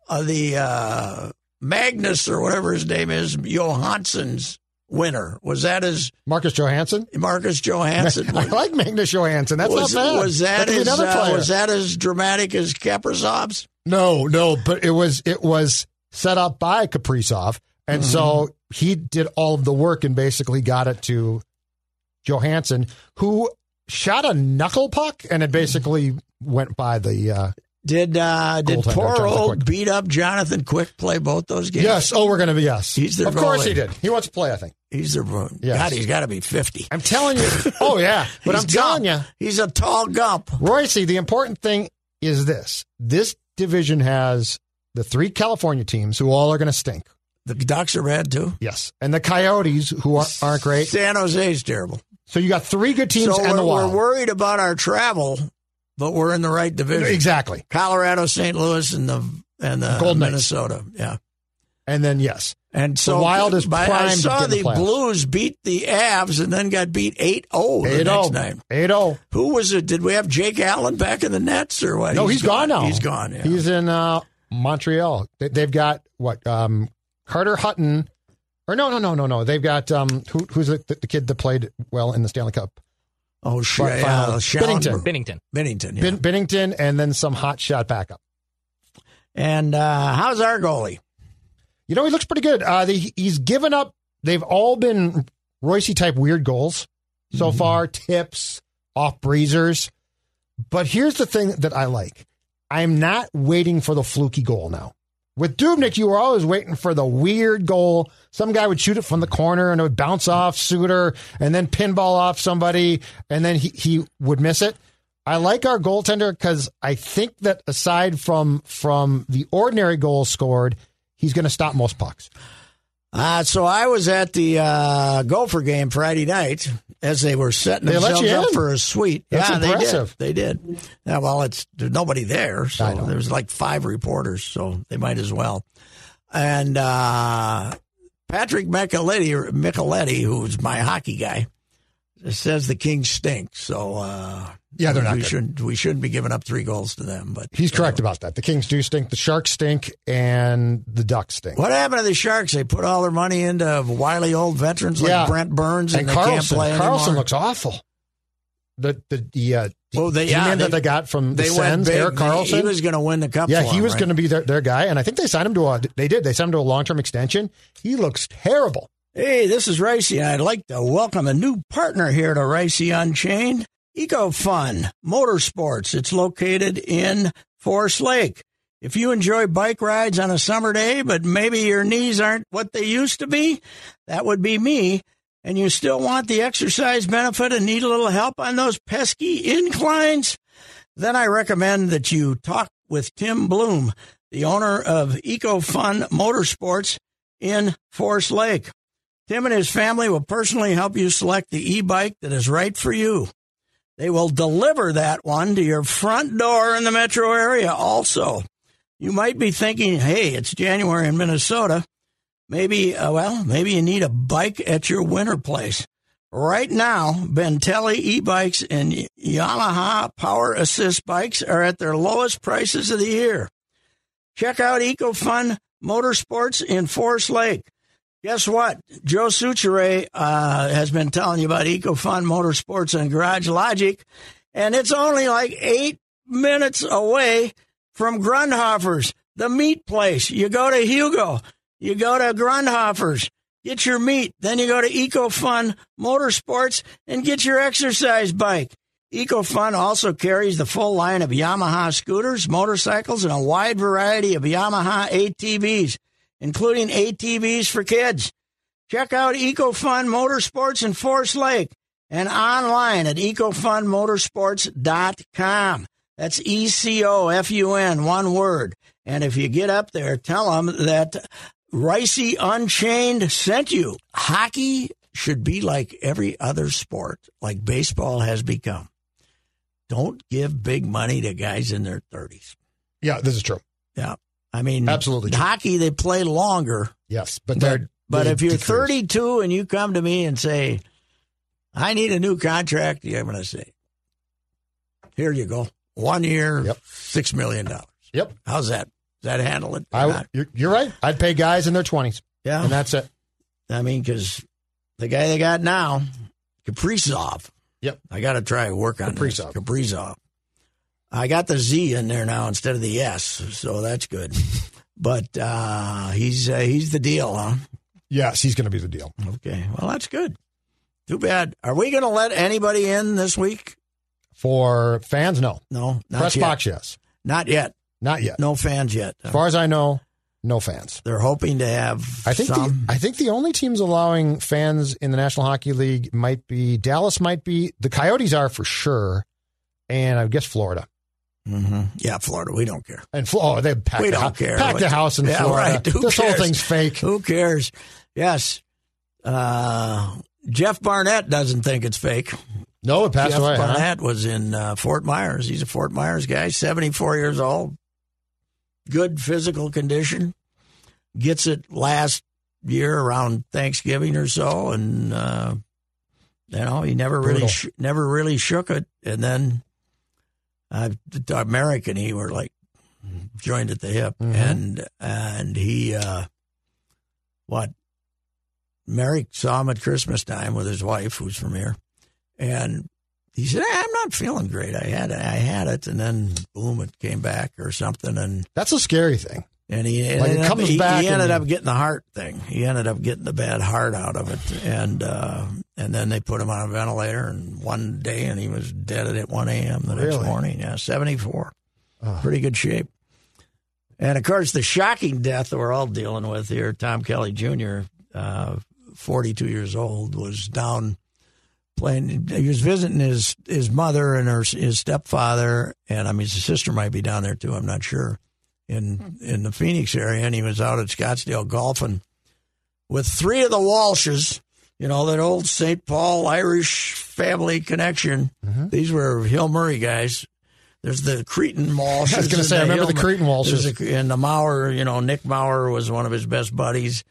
Speaker 3: uh, the uh, Magnus or whatever his name is Johansson's winner. Was that his
Speaker 4: Marcus Johansson.
Speaker 3: Marcus Johansson?
Speaker 4: I like Magnus Johansson. That's
Speaker 3: was,
Speaker 4: not bad.
Speaker 3: was that,
Speaker 4: could be
Speaker 3: as,
Speaker 4: another
Speaker 3: uh,
Speaker 4: player.
Speaker 3: was that as dramatic as Kaprizov's?
Speaker 4: No, no, but it was it was set up by Kaprizov, and
Speaker 3: Mm-hmm.
Speaker 4: so he did all of the work and basically got it to Johansson, who shot a knuckle puck and it basically went by the. Uh,
Speaker 3: Did uh, did
Speaker 4: Goaltender,
Speaker 3: poor
Speaker 4: Jonathan
Speaker 3: old
Speaker 4: Quick.
Speaker 3: beat up Jonathan Quick play both those games?
Speaker 4: Yes. Oh, we're gonna be yes.
Speaker 3: He's their
Speaker 4: of course
Speaker 3: goalie.
Speaker 4: he did. He wants to play. I think.
Speaker 3: he's their vote.
Speaker 4: Yes.
Speaker 3: God, he's got to be fifty.
Speaker 4: I'm telling you. oh yeah, but
Speaker 3: He's
Speaker 4: I'm telling you,
Speaker 3: Gump. he's a tall gump.
Speaker 4: Royce. The important thing is this: this division has the three California teams who all are gonna stink.
Speaker 3: The Ducks are bad too.
Speaker 4: Yes, and the Coyotes who are, aren't great.
Speaker 3: San Jose's terrible.
Speaker 4: So you got three good teams
Speaker 3: so
Speaker 4: and
Speaker 3: we're,
Speaker 4: the Wild.
Speaker 3: we're worried about our travel, but we're in the right division.
Speaker 4: Exactly.
Speaker 3: Colorado, St. Louis, and the and the
Speaker 4: Golden Knights.
Speaker 3: Minnesota. Yeah.
Speaker 4: And then yes,
Speaker 3: And so
Speaker 4: Wild is
Speaker 3: but
Speaker 4: primed
Speaker 3: I
Speaker 4: to
Speaker 3: saw
Speaker 4: get in the
Speaker 3: the,
Speaker 4: playoffs.
Speaker 3: Blues beat the Avs and then got beat 8-0 the
Speaker 4: 8
Speaker 3: next
Speaker 4: 0.
Speaker 3: night.
Speaker 4: 8 0.
Speaker 3: Who was it? Did we have Jake Allen back in the Nets or what?
Speaker 4: No, he's gone, now.
Speaker 3: He's gone. Yeah.
Speaker 4: He's in uh, Montreal. They, they've got what? Um, Carter Hutton. Or no, no, no, no, no. They've got um, who, who's the, the kid that played well in the Stanley Cup?
Speaker 3: oh, shit.
Speaker 4: But, uh, Bennington.
Speaker 5: Bennington.
Speaker 3: Bennington. Yeah.
Speaker 4: Bin, Binnington, and then some hot shot backup.
Speaker 3: and uh, how's our goalie?
Speaker 4: You know, he looks pretty good. Uh, they, he's given up. They've all been Roycey type weird goals so
Speaker 3: Mm-hmm.
Speaker 4: far, tips, off breezers. But here's the thing that I like I'm not waiting for the fluky goal now. With Dubnik, you were always waiting for the weird goal. Some guy would shoot it from the corner and it would bounce off Suter and then pinball off somebody and then he, he would miss it. I like our goaltender because I think that aside from from the ordinary goals scored, he's going to stop most pucks.
Speaker 3: Uh, so I was at the uh, Gopher game Friday night as they were setting
Speaker 4: They let
Speaker 3: themselves
Speaker 4: you
Speaker 3: up
Speaker 4: in?
Speaker 3: for a suite.
Speaker 4: That's
Speaker 3: yeah,
Speaker 4: impressive.
Speaker 3: they did. They did. Yeah, well, it's there's nobody there,
Speaker 4: I
Speaker 3: so
Speaker 4: know.
Speaker 3: there was like five reporters, so they might as well. And uh, Patrick Micheletti, Micheletti, who's my hockey guy, says the Kings stink. So uh,
Speaker 4: Yeah, they're not
Speaker 3: We
Speaker 4: good.
Speaker 3: shouldn't we shouldn't be giving up three goals to them. But
Speaker 4: He's correct about that. The Kings do stink, the Sharks stink, and the Ducks stink.
Speaker 3: What happened to the Sharks? They put all their money into wily old veterans like
Speaker 4: Yeah.
Speaker 3: Brent Burns, and,
Speaker 4: And
Speaker 3: they can't
Speaker 4: Carlson,
Speaker 3: play
Speaker 4: Carlson
Speaker 3: anymore.
Speaker 4: looks awful. The the the uh,
Speaker 3: Well, they-
Speaker 4: the
Speaker 3: yeah,
Speaker 4: man
Speaker 3: they-
Speaker 4: that they got from the
Speaker 3: they went
Speaker 4: Sens,
Speaker 3: big.
Speaker 4: Eric Carlson.
Speaker 3: He was going to win the cup.
Speaker 4: yeah,
Speaker 3: for
Speaker 4: he
Speaker 3: him,
Speaker 4: was
Speaker 3: right?
Speaker 4: going to be their, their guy, and I think they signed him to a. They did. They signed him to a long term extension. He looks terrible.
Speaker 3: Hey, this is Ricey, and I'd like to welcome a new partner here to Ricey Unchained, EcoFun Motorsports. It's located in Forest Lake. If you enjoy bike rides on a summer day, but maybe your knees aren't what they used to be, that would be me. And you still want the exercise benefit and need a little help on those pesky inclines? then I recommend that you talk with Tim Bloom, the owner of EcoFun Motorsports in Forest Lake. Tim and his family will personally help you select the e bike that is right for you. They will deliver that one to your front door in the metro area also. You might be thinking, hey, it's January in Minnesota. Maybe, uh, well, maybe you need a bike at your winter place. Right now, Bentelli e-bikes and Yamaha Power Assist bikes are at their lowest prices of the year. Check out EcoFun Motorsports in Forest Lake. Guess what? Joe Suchere uh, has been telling you about EcoFun Motorsports and Garage Logic, and it's only like eight minutes away from Grundhofer's, the meat place. You go to Hugo, you go to Grundhofer's, get your meat, then you go to EcoFun Motorsports and get your exercise bike. EcoFun also carries the full line of Yamaha scooters, motorcycles, and a wide variety of Yamaha ATVs, including ATVs for kids. Check out EcoFun Motorsports in Forest Lake and online at ecofundmotorsports.com. That's E C O F U N, one word. And if you get up there, tell them that Ricey Unchained sent you. Hockey should be like every other sport, like baseball has become. Don't give big money to guys in their 30s.
Speaker 4: Yeah, this is true.
Speaker 3: Yeah. I mean,
Speaker 4: Absolutely true.
Speaker 3: hockey, they play longer.
Speaker 4: Yes, but
Speaker 3: But,
Speaker 4: they're
Speaker 3: but
Speaker 4: they
Speaker 3: if you're
Speaker 4: decrease.
Speaker 3: 32 and you come to me and say, I need a new contract, yeah, I'm going to say, here you go. One year,
Speaker 4: Yep.
Speaker 3: $6 million.
Speaker 4: Yep.
Speaker 3: How's that? Does that handle it? or
Speaker 4: I,
Speaker 3: not?
Speaker 4: you're, you're right. I'd pay guys in their twenties,
Speaker 3: yeah.
Speaker 4: and that's it.
Speaker 3: I mean, because the guy they got now, Kaprizov.
Speaker 4: Yep.
Speaker 3: I got to try and work on this.
Speaker 4: Kaprizov.
Speaker 3: Kaprizov. I got the Z in there now instead of the S, so that's good. but uh, he's uh, he's the deal, huh?
Speaker 4: Yes, he's going to be the deal.
Speaker 3: Okay. Well, that's good. Too bad. Are we going to let anybody in this week?
Speaker 4: For fans, no.
Speaker 3: No, not
Speaker 4: Press
Speaker 3: yet.
Speaker 4: box, yes.
Speaker 3: Not yet.
Speaker 4: Not yet.
Speaker 3: No fans yet.
Speaker 4: As far as I know, no fans.
Speaker 3: They're hoping to have
Speaker 4: I think the,
Speaker 3: some.
Speaker 4: I think the only teams allowing fans in the National Hockey League might be Dallas, might be the Coyotes are for sure, and I guess Florida.
Speaker 3: hmm Yeah, Florida. We don't care.
Speaker 4: And Flo- oh, they packed,
Speaker 3: We
Speaker 4: the,
Speaker 3: don't
Speaker 4: hou-
Speaker 3: care.
Speaker 4: packed the house in
Speaker 3: Yeah,
Speaker 4: Florida.
Speaker 3: right. Who
Speaker 4: This whole
Speaker 3: cares?
Speaker 4: thing's fake.
Speaker 3: Who cares? Yes. Uh, Jeff Barnett doesn't think it's fake.
Speaker 4: No, it passed
Speaker 3: Jeff
Speaker 4: away. huh?
Speaker 3: Barnett was in uh, Fort Myers. He's a Fort Myers guy, 74 years old, good physical condition, gets it last year around Thanksgiving or so, and uh, you know he never really
Speaker 4: Brutal.
Speaker 3: sh- never really shook it. And then uh, the American, he were like joined at the hip,
Speaker 4: Mhm.
Speaker 3: and and he uh, what Merrick saw him at Christmas time with his wife, who's from here, and he said, "Ah, "I'm not feeling great. I had I had it, and then boom, it came back or something." And
Speaker 4: That's a scary thing.
Speaker 3: and he
Speaker 4: Like, it
Speaker 3: ended up,
Speaker 4: comes
Speaker 3: he,
Speaker 4: back
Speaker 3: he ended
Speaker 4: and-
Speaker 3: up getting the heart thing. He ended up getting the bad heart out of it, and uh, and then they put him on a ventilator. And one day, and he was dead at 1 a.m. the next
Speaker 4: Really?
Speaker 3: morning. Yeah, 74,
Speaker 4: Ah.
Speaker 3: pretty good shape. And of course, the shocking death that we're all dealing with here, Tom Kelly Jr., uh, 42 years old, was down playing. He was visiting his, his mother and her, his stepfather, and I mean, his sister might be down there too, I'm not sure, in, in the Phoenix area. And he was out at Scottsdale golfing with three of the Walshes, you know, that old St. Paul Irish family connection.
Speaker 4: Mm-hmm.
Speaker 3: These were Hill Murray guys. There's the Cretan Walshes.
Speaker 4: I was going to
Speaker 3: and
Speaker 4: say, I remember the
Speaker 3: Hill-
Speaker 4: Cretan Walshes.
Speaker 3: there's a- and the Maurer, you know, Nick Maurer was one of his best buddies,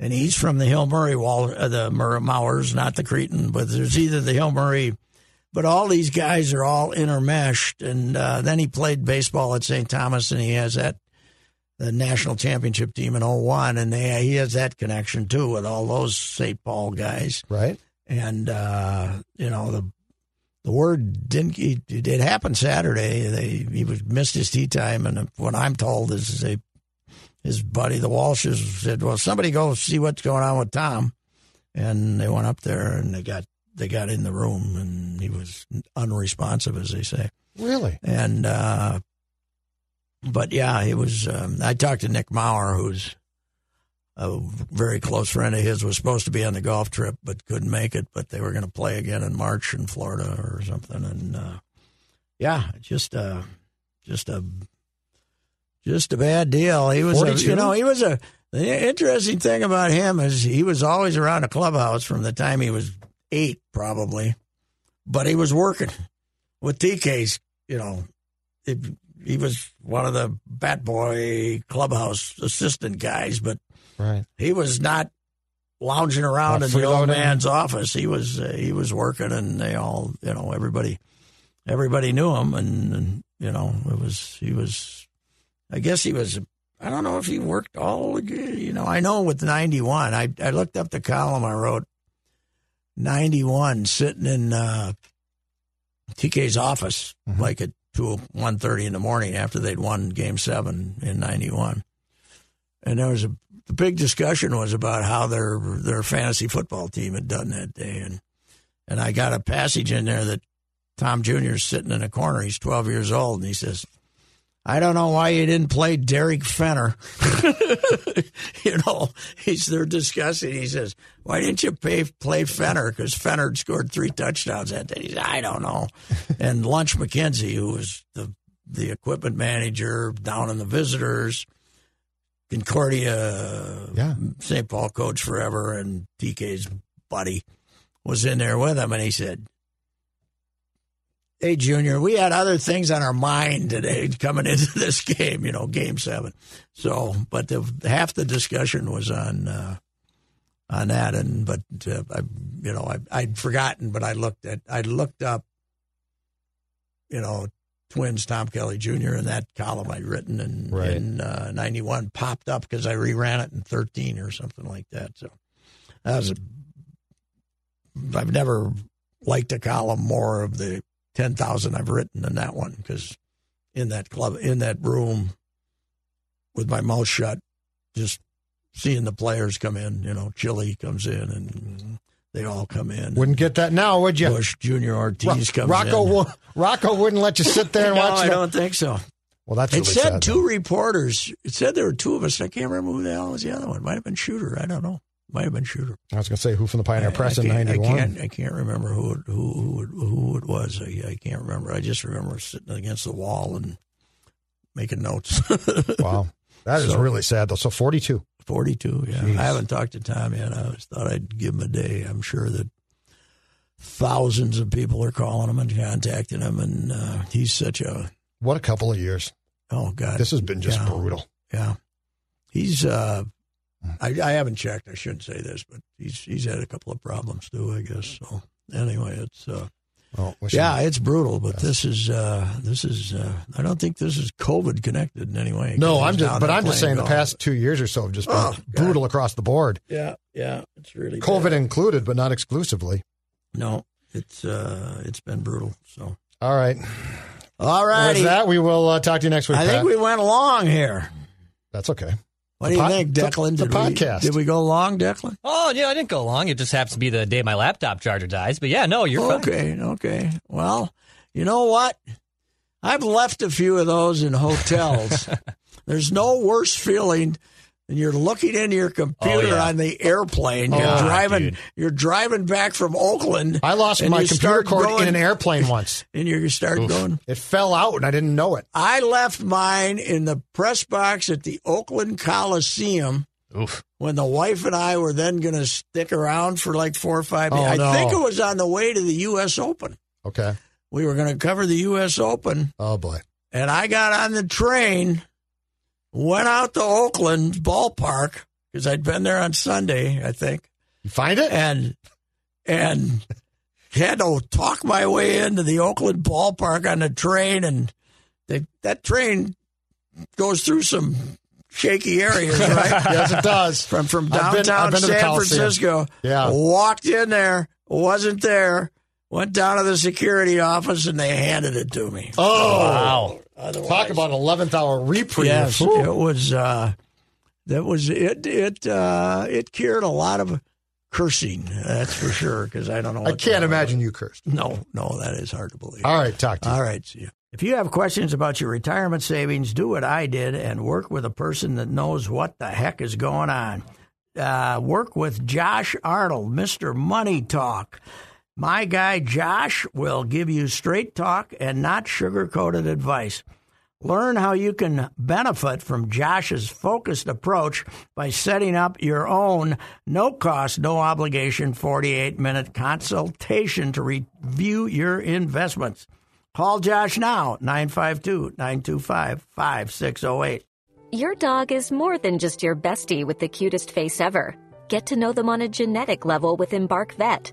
Speaker 3: and he's from the Hill Murray Wall, uh, the Mur- Maurers, not the Cretan, but there's either the Hill Murray. But all these guys are all intermeshed, and uh, then he played baseball at St. Thomas, and he has that the national championship team in 01, and they, he has that connection too with all those St. Paul guys
Speaker 4: right?
Speaker 3: and uh, you know the the word didn't it, it happened Saturday. They he was missed his tea time, and what I'm told is they his buddy the Walshes said, "Well, somebody go see what's going on with Tom," and they went up there and they got they got in the room and he was unresponsive, as they say.
Speaker 4: Really?
Speaker 3: And uh, but yeah, it was. Um, I talked to Nick Maurer, who's a very close friend of his, was supposed to be on the golf trip but couldn't make it. But they were going to play again in March in Florida or something. And uh, yeah, just uh, just a just a bad deal. He was, a,
Speaker 4: 42?
Speaker 3: you know, he was a. The interesting thing about him is he was always around a clubhouse from the time he was eight, probably, but he was working with TK's, you know, it, he was one of the bat boy clubhouse assistant guys, but
Speaker 4: Right.
Speaker 3: he was not lounging around
Speaker 4: Not
Speaker 3: in the old
Speaker 4: freeloading.
Speaker 3: man's office. He was uh, he was working, and they all, you know, everybody, everybody knew him, and, and you know, it was he was. I guess he was. I don't know if he worked all. You know, I know with ninety one, I I looked up the column I wrote. Ninety one, sitting in uh, TK's office,
Speaker 4: Mm-hmm.
Speaker 3: like at two one thirty in the morning after they'd won Game Seven in ninety one and there was a the big discussion was about how their their fantasy football team had done that day, and and I got a passage in there that Tom Junior is sitting in a corner. He's twelve years old, and he says. I don't know why you didn't play Derek Fenner. you know, he's they're discussing. He says, "Why didn't you pay, play Fenner? Because Fenner had scored three touchdowns that day." He said, "I don't know." and Lunch McKenzie, who was the the equipment manager down in the visitors, Concordia,
Speaker 4: Yeah.
Speaker 3: St. Paul coach forever, and TK's buddy was in there with him, and he said, "Hey, Junior, we had other things on our mind today coming into this game, you know, Game Seven. So, but the, half the discussion was on uh, on that, and but uh, I, you know, I, I'd forgotten, but I looked at, I looked up, you know, twins Tom Kelly Jr. in that column I'd written in,
Speaker 4: Right.
Speaker 3: in uh, 91 popped up because I reran it in 13 or something like that. So that was a, I've never liked a column more of the 10,000 I've written than that one because in that club, in that room with my mouth shut, just seeing the players come in, you know, Chili comes in and they all come in.
Speaker 4: Wouldn't get that now, would you?
Speaker 3: Bush Junior Ortiz
Speaker 4: Ro-
Speaker 3: comes
Speaker 4: Rocco,
Speaker 3: in.
Speaker 4: wo- Rocco wouldn't let you sit there and
Speaker 3: no,
Speaker 4: watch
Speaker 3: I
Speaker 4: the-
Speaker 3: don't think so.
Speaker 4: Well, that's
Speaker 3: It
Speaker 4: really
Speaker 3: said
Speaker 4: sad,
Speaker 3: two reporters. It said there were two of us. I can't remember who the hell was the other one. Might have been Shooter. I don't know. Might have been Shooter.
Speaker 4: though. I was going to say who from the Pioneer
Speaker 3: I-
Speaker 4: Press
Speaker 3: I
Speaker 4: in
Speaker 3: can't- I
Speaker 4: '91.
Speaker 3: can't, I can't remember who it, who, who, it, who it was. I, I can't remember. I just remember sitting against the wall and making notes.
Speaker 4: Wow, that is
Speaker 3: So-
Speaker 4: really sad though. So 42.
Speaker 3: 42, yeah.
Speaker 4: Jeez.
Speaker 3: I haven't talked to Tom yet. I always thought I'd give him a day. I'm sure that thousands of people are calling him and contacting him, and uh, he's such a,
Speaker 4: What a couple of years.
Speaker 3: oh, God.
Speaker 4: This has been just
Speaker 3: Yeah.
Speaker 4: brutal. Hmm.
Speaker 3: Yeah. He's uh I, I haven't checked, I shouldn't say this, but he's he's had a couple of problems too, I guess. So anyway, it's uh
Speaker 4: Well, wish him-
Speaker 3: yeah, it's brutal, but this is uh this is uh I don't think this is COVID connected in any way. 'cause
Speaker 4: No,
Speaker 3: he's
Speaker 4: I'm just,
Speaker 3: down
Speaker 4: but
Speaker 3: there
Speaker 4: I'm just
Speaker 3: playing
Speaker 4: saying the
Speaker 3: golf.
Speaker 4: past two years or so have just been
Speaker 3: Oh, God.
Speaker 4: brutal across the board,
Speaker 3: Yeah, yeah, it's really bad.
Speaker 4: COVID included, but not exclusively.
Speaker 3: No, it's uh it's been brutal. So
Speaker 4: All right.
Speaker 3: all
Speaker 4: With
Speaker 3: righty.
Speaker 4: that, we will uh, talk to you next week,
Speaker 3: I
Speaker 4: Pat.
Speaker 3: think we went long here.
Speaker 4: That's okay.
Speaker 3: What
Speaker 4: The
Speaker 3: do you
Speaker 4: pod-
Speaker 3: think,
Speaker 4: the-
Speaker 3: Declan?
Speaker 4: the
Speaker 3: did
Speaker 4: podcast.
Speaker 3: We, did we go long, Declan?
Speaker 5: Oh, yeah, I didn't go long. It just happens to be the day my laptop charger dies. But yeah, no, you're fine.
Speaker 3: okay, okay. Well, you know what? I've left a few of those in hotels There's no worse feeling than you're looking into your computer
Speaker 5: yeah.
Speaker 3: on the airplane. You're
Speaker 4: God,
Speaker 3: driving.
Speaker 1: dude.
Speaker 3: You're driving back from Oakland.
Speaker 4: I lost
Speaker 3: and
Speaker 4: my
Speaker 3: you
Speaker 4: computer
Speaker 3: start
Speaker 4: cord
Speaker 3: going-
Speaker 4: in an airplane once.
Speaker 3: And you start going.
Speaker 4: It fell out and I didn't know it.
Speaker 3: I left mine in the press box at the Oakland Coliseum
Speaker 5: Oof.
Speaker 3: when the wife and I were then going to stick around for like four or five.
Speaker 4: Oh,
Speaker 3: days.
Speaker 4: no.
Speaker 3: I think it was on the way to the U.S. Open.
Speaker 4: Okay.
Speaker 3: We were going to cover the U.S. Open,
Speaker 4: Oh boy.
Speaker 3: and I got on the train, went out to Oakland ballpark because I'd been there on Sunday, I think,
Speaker 4: You find it?
Speaker 3: and and had to talk my way into the Oakland ballpark on the train, and they, that train goes through some shaky areas, right?
Speaker 4: yes, it does.
Speaker 3: from from downtown
Speaker 4: I've been- I've been to the
Speaker 3: San
Speaker 4: Coliseum.
Speaker 3: Francisco.
Speaker 4: Yeah.
Speaker 3: walked in there, wasn't there. Went down to the security office and they handed it to me.
Speaker 4: Oh,
Speaker 5: Wow.
Speaker 3: Otherwise-
Speaker 4: talk about an eleventh hour reprieve.
Speaker 3: yes,
Speaker 4: Ooh.
Speaker 3: it was. Uh, that was it. It uh, it cured a lot of cursing. That's for sure. Because I don't know.
Speaker 4: I
Speaker 3: what
Speaker 4: can't
Speaker 3: the-
Speaker 4: imagine you cursed.
Speaker 3: No, no, that is hard to believe.
Speaker 4: All right, talk to you.
Speaker 3: All right, see you. If you have questions about your retirement savings, do what I did and work with a person that knows what the heck is going on. Uh, work with Josh Arnold, Mr. Money Talk. My guy Josh will give you straight talk and not sugar coated advice. Learn how you can benefit from Josh's focused approach by setting up your own no cost, no obligation 48 minute consultation to review your investments. Call Josh now, 952 925 5608.
Speaker 6: Your dog is more than just your bestie with the cutest face ever. Get to know them on a genetic level with Embark Vet.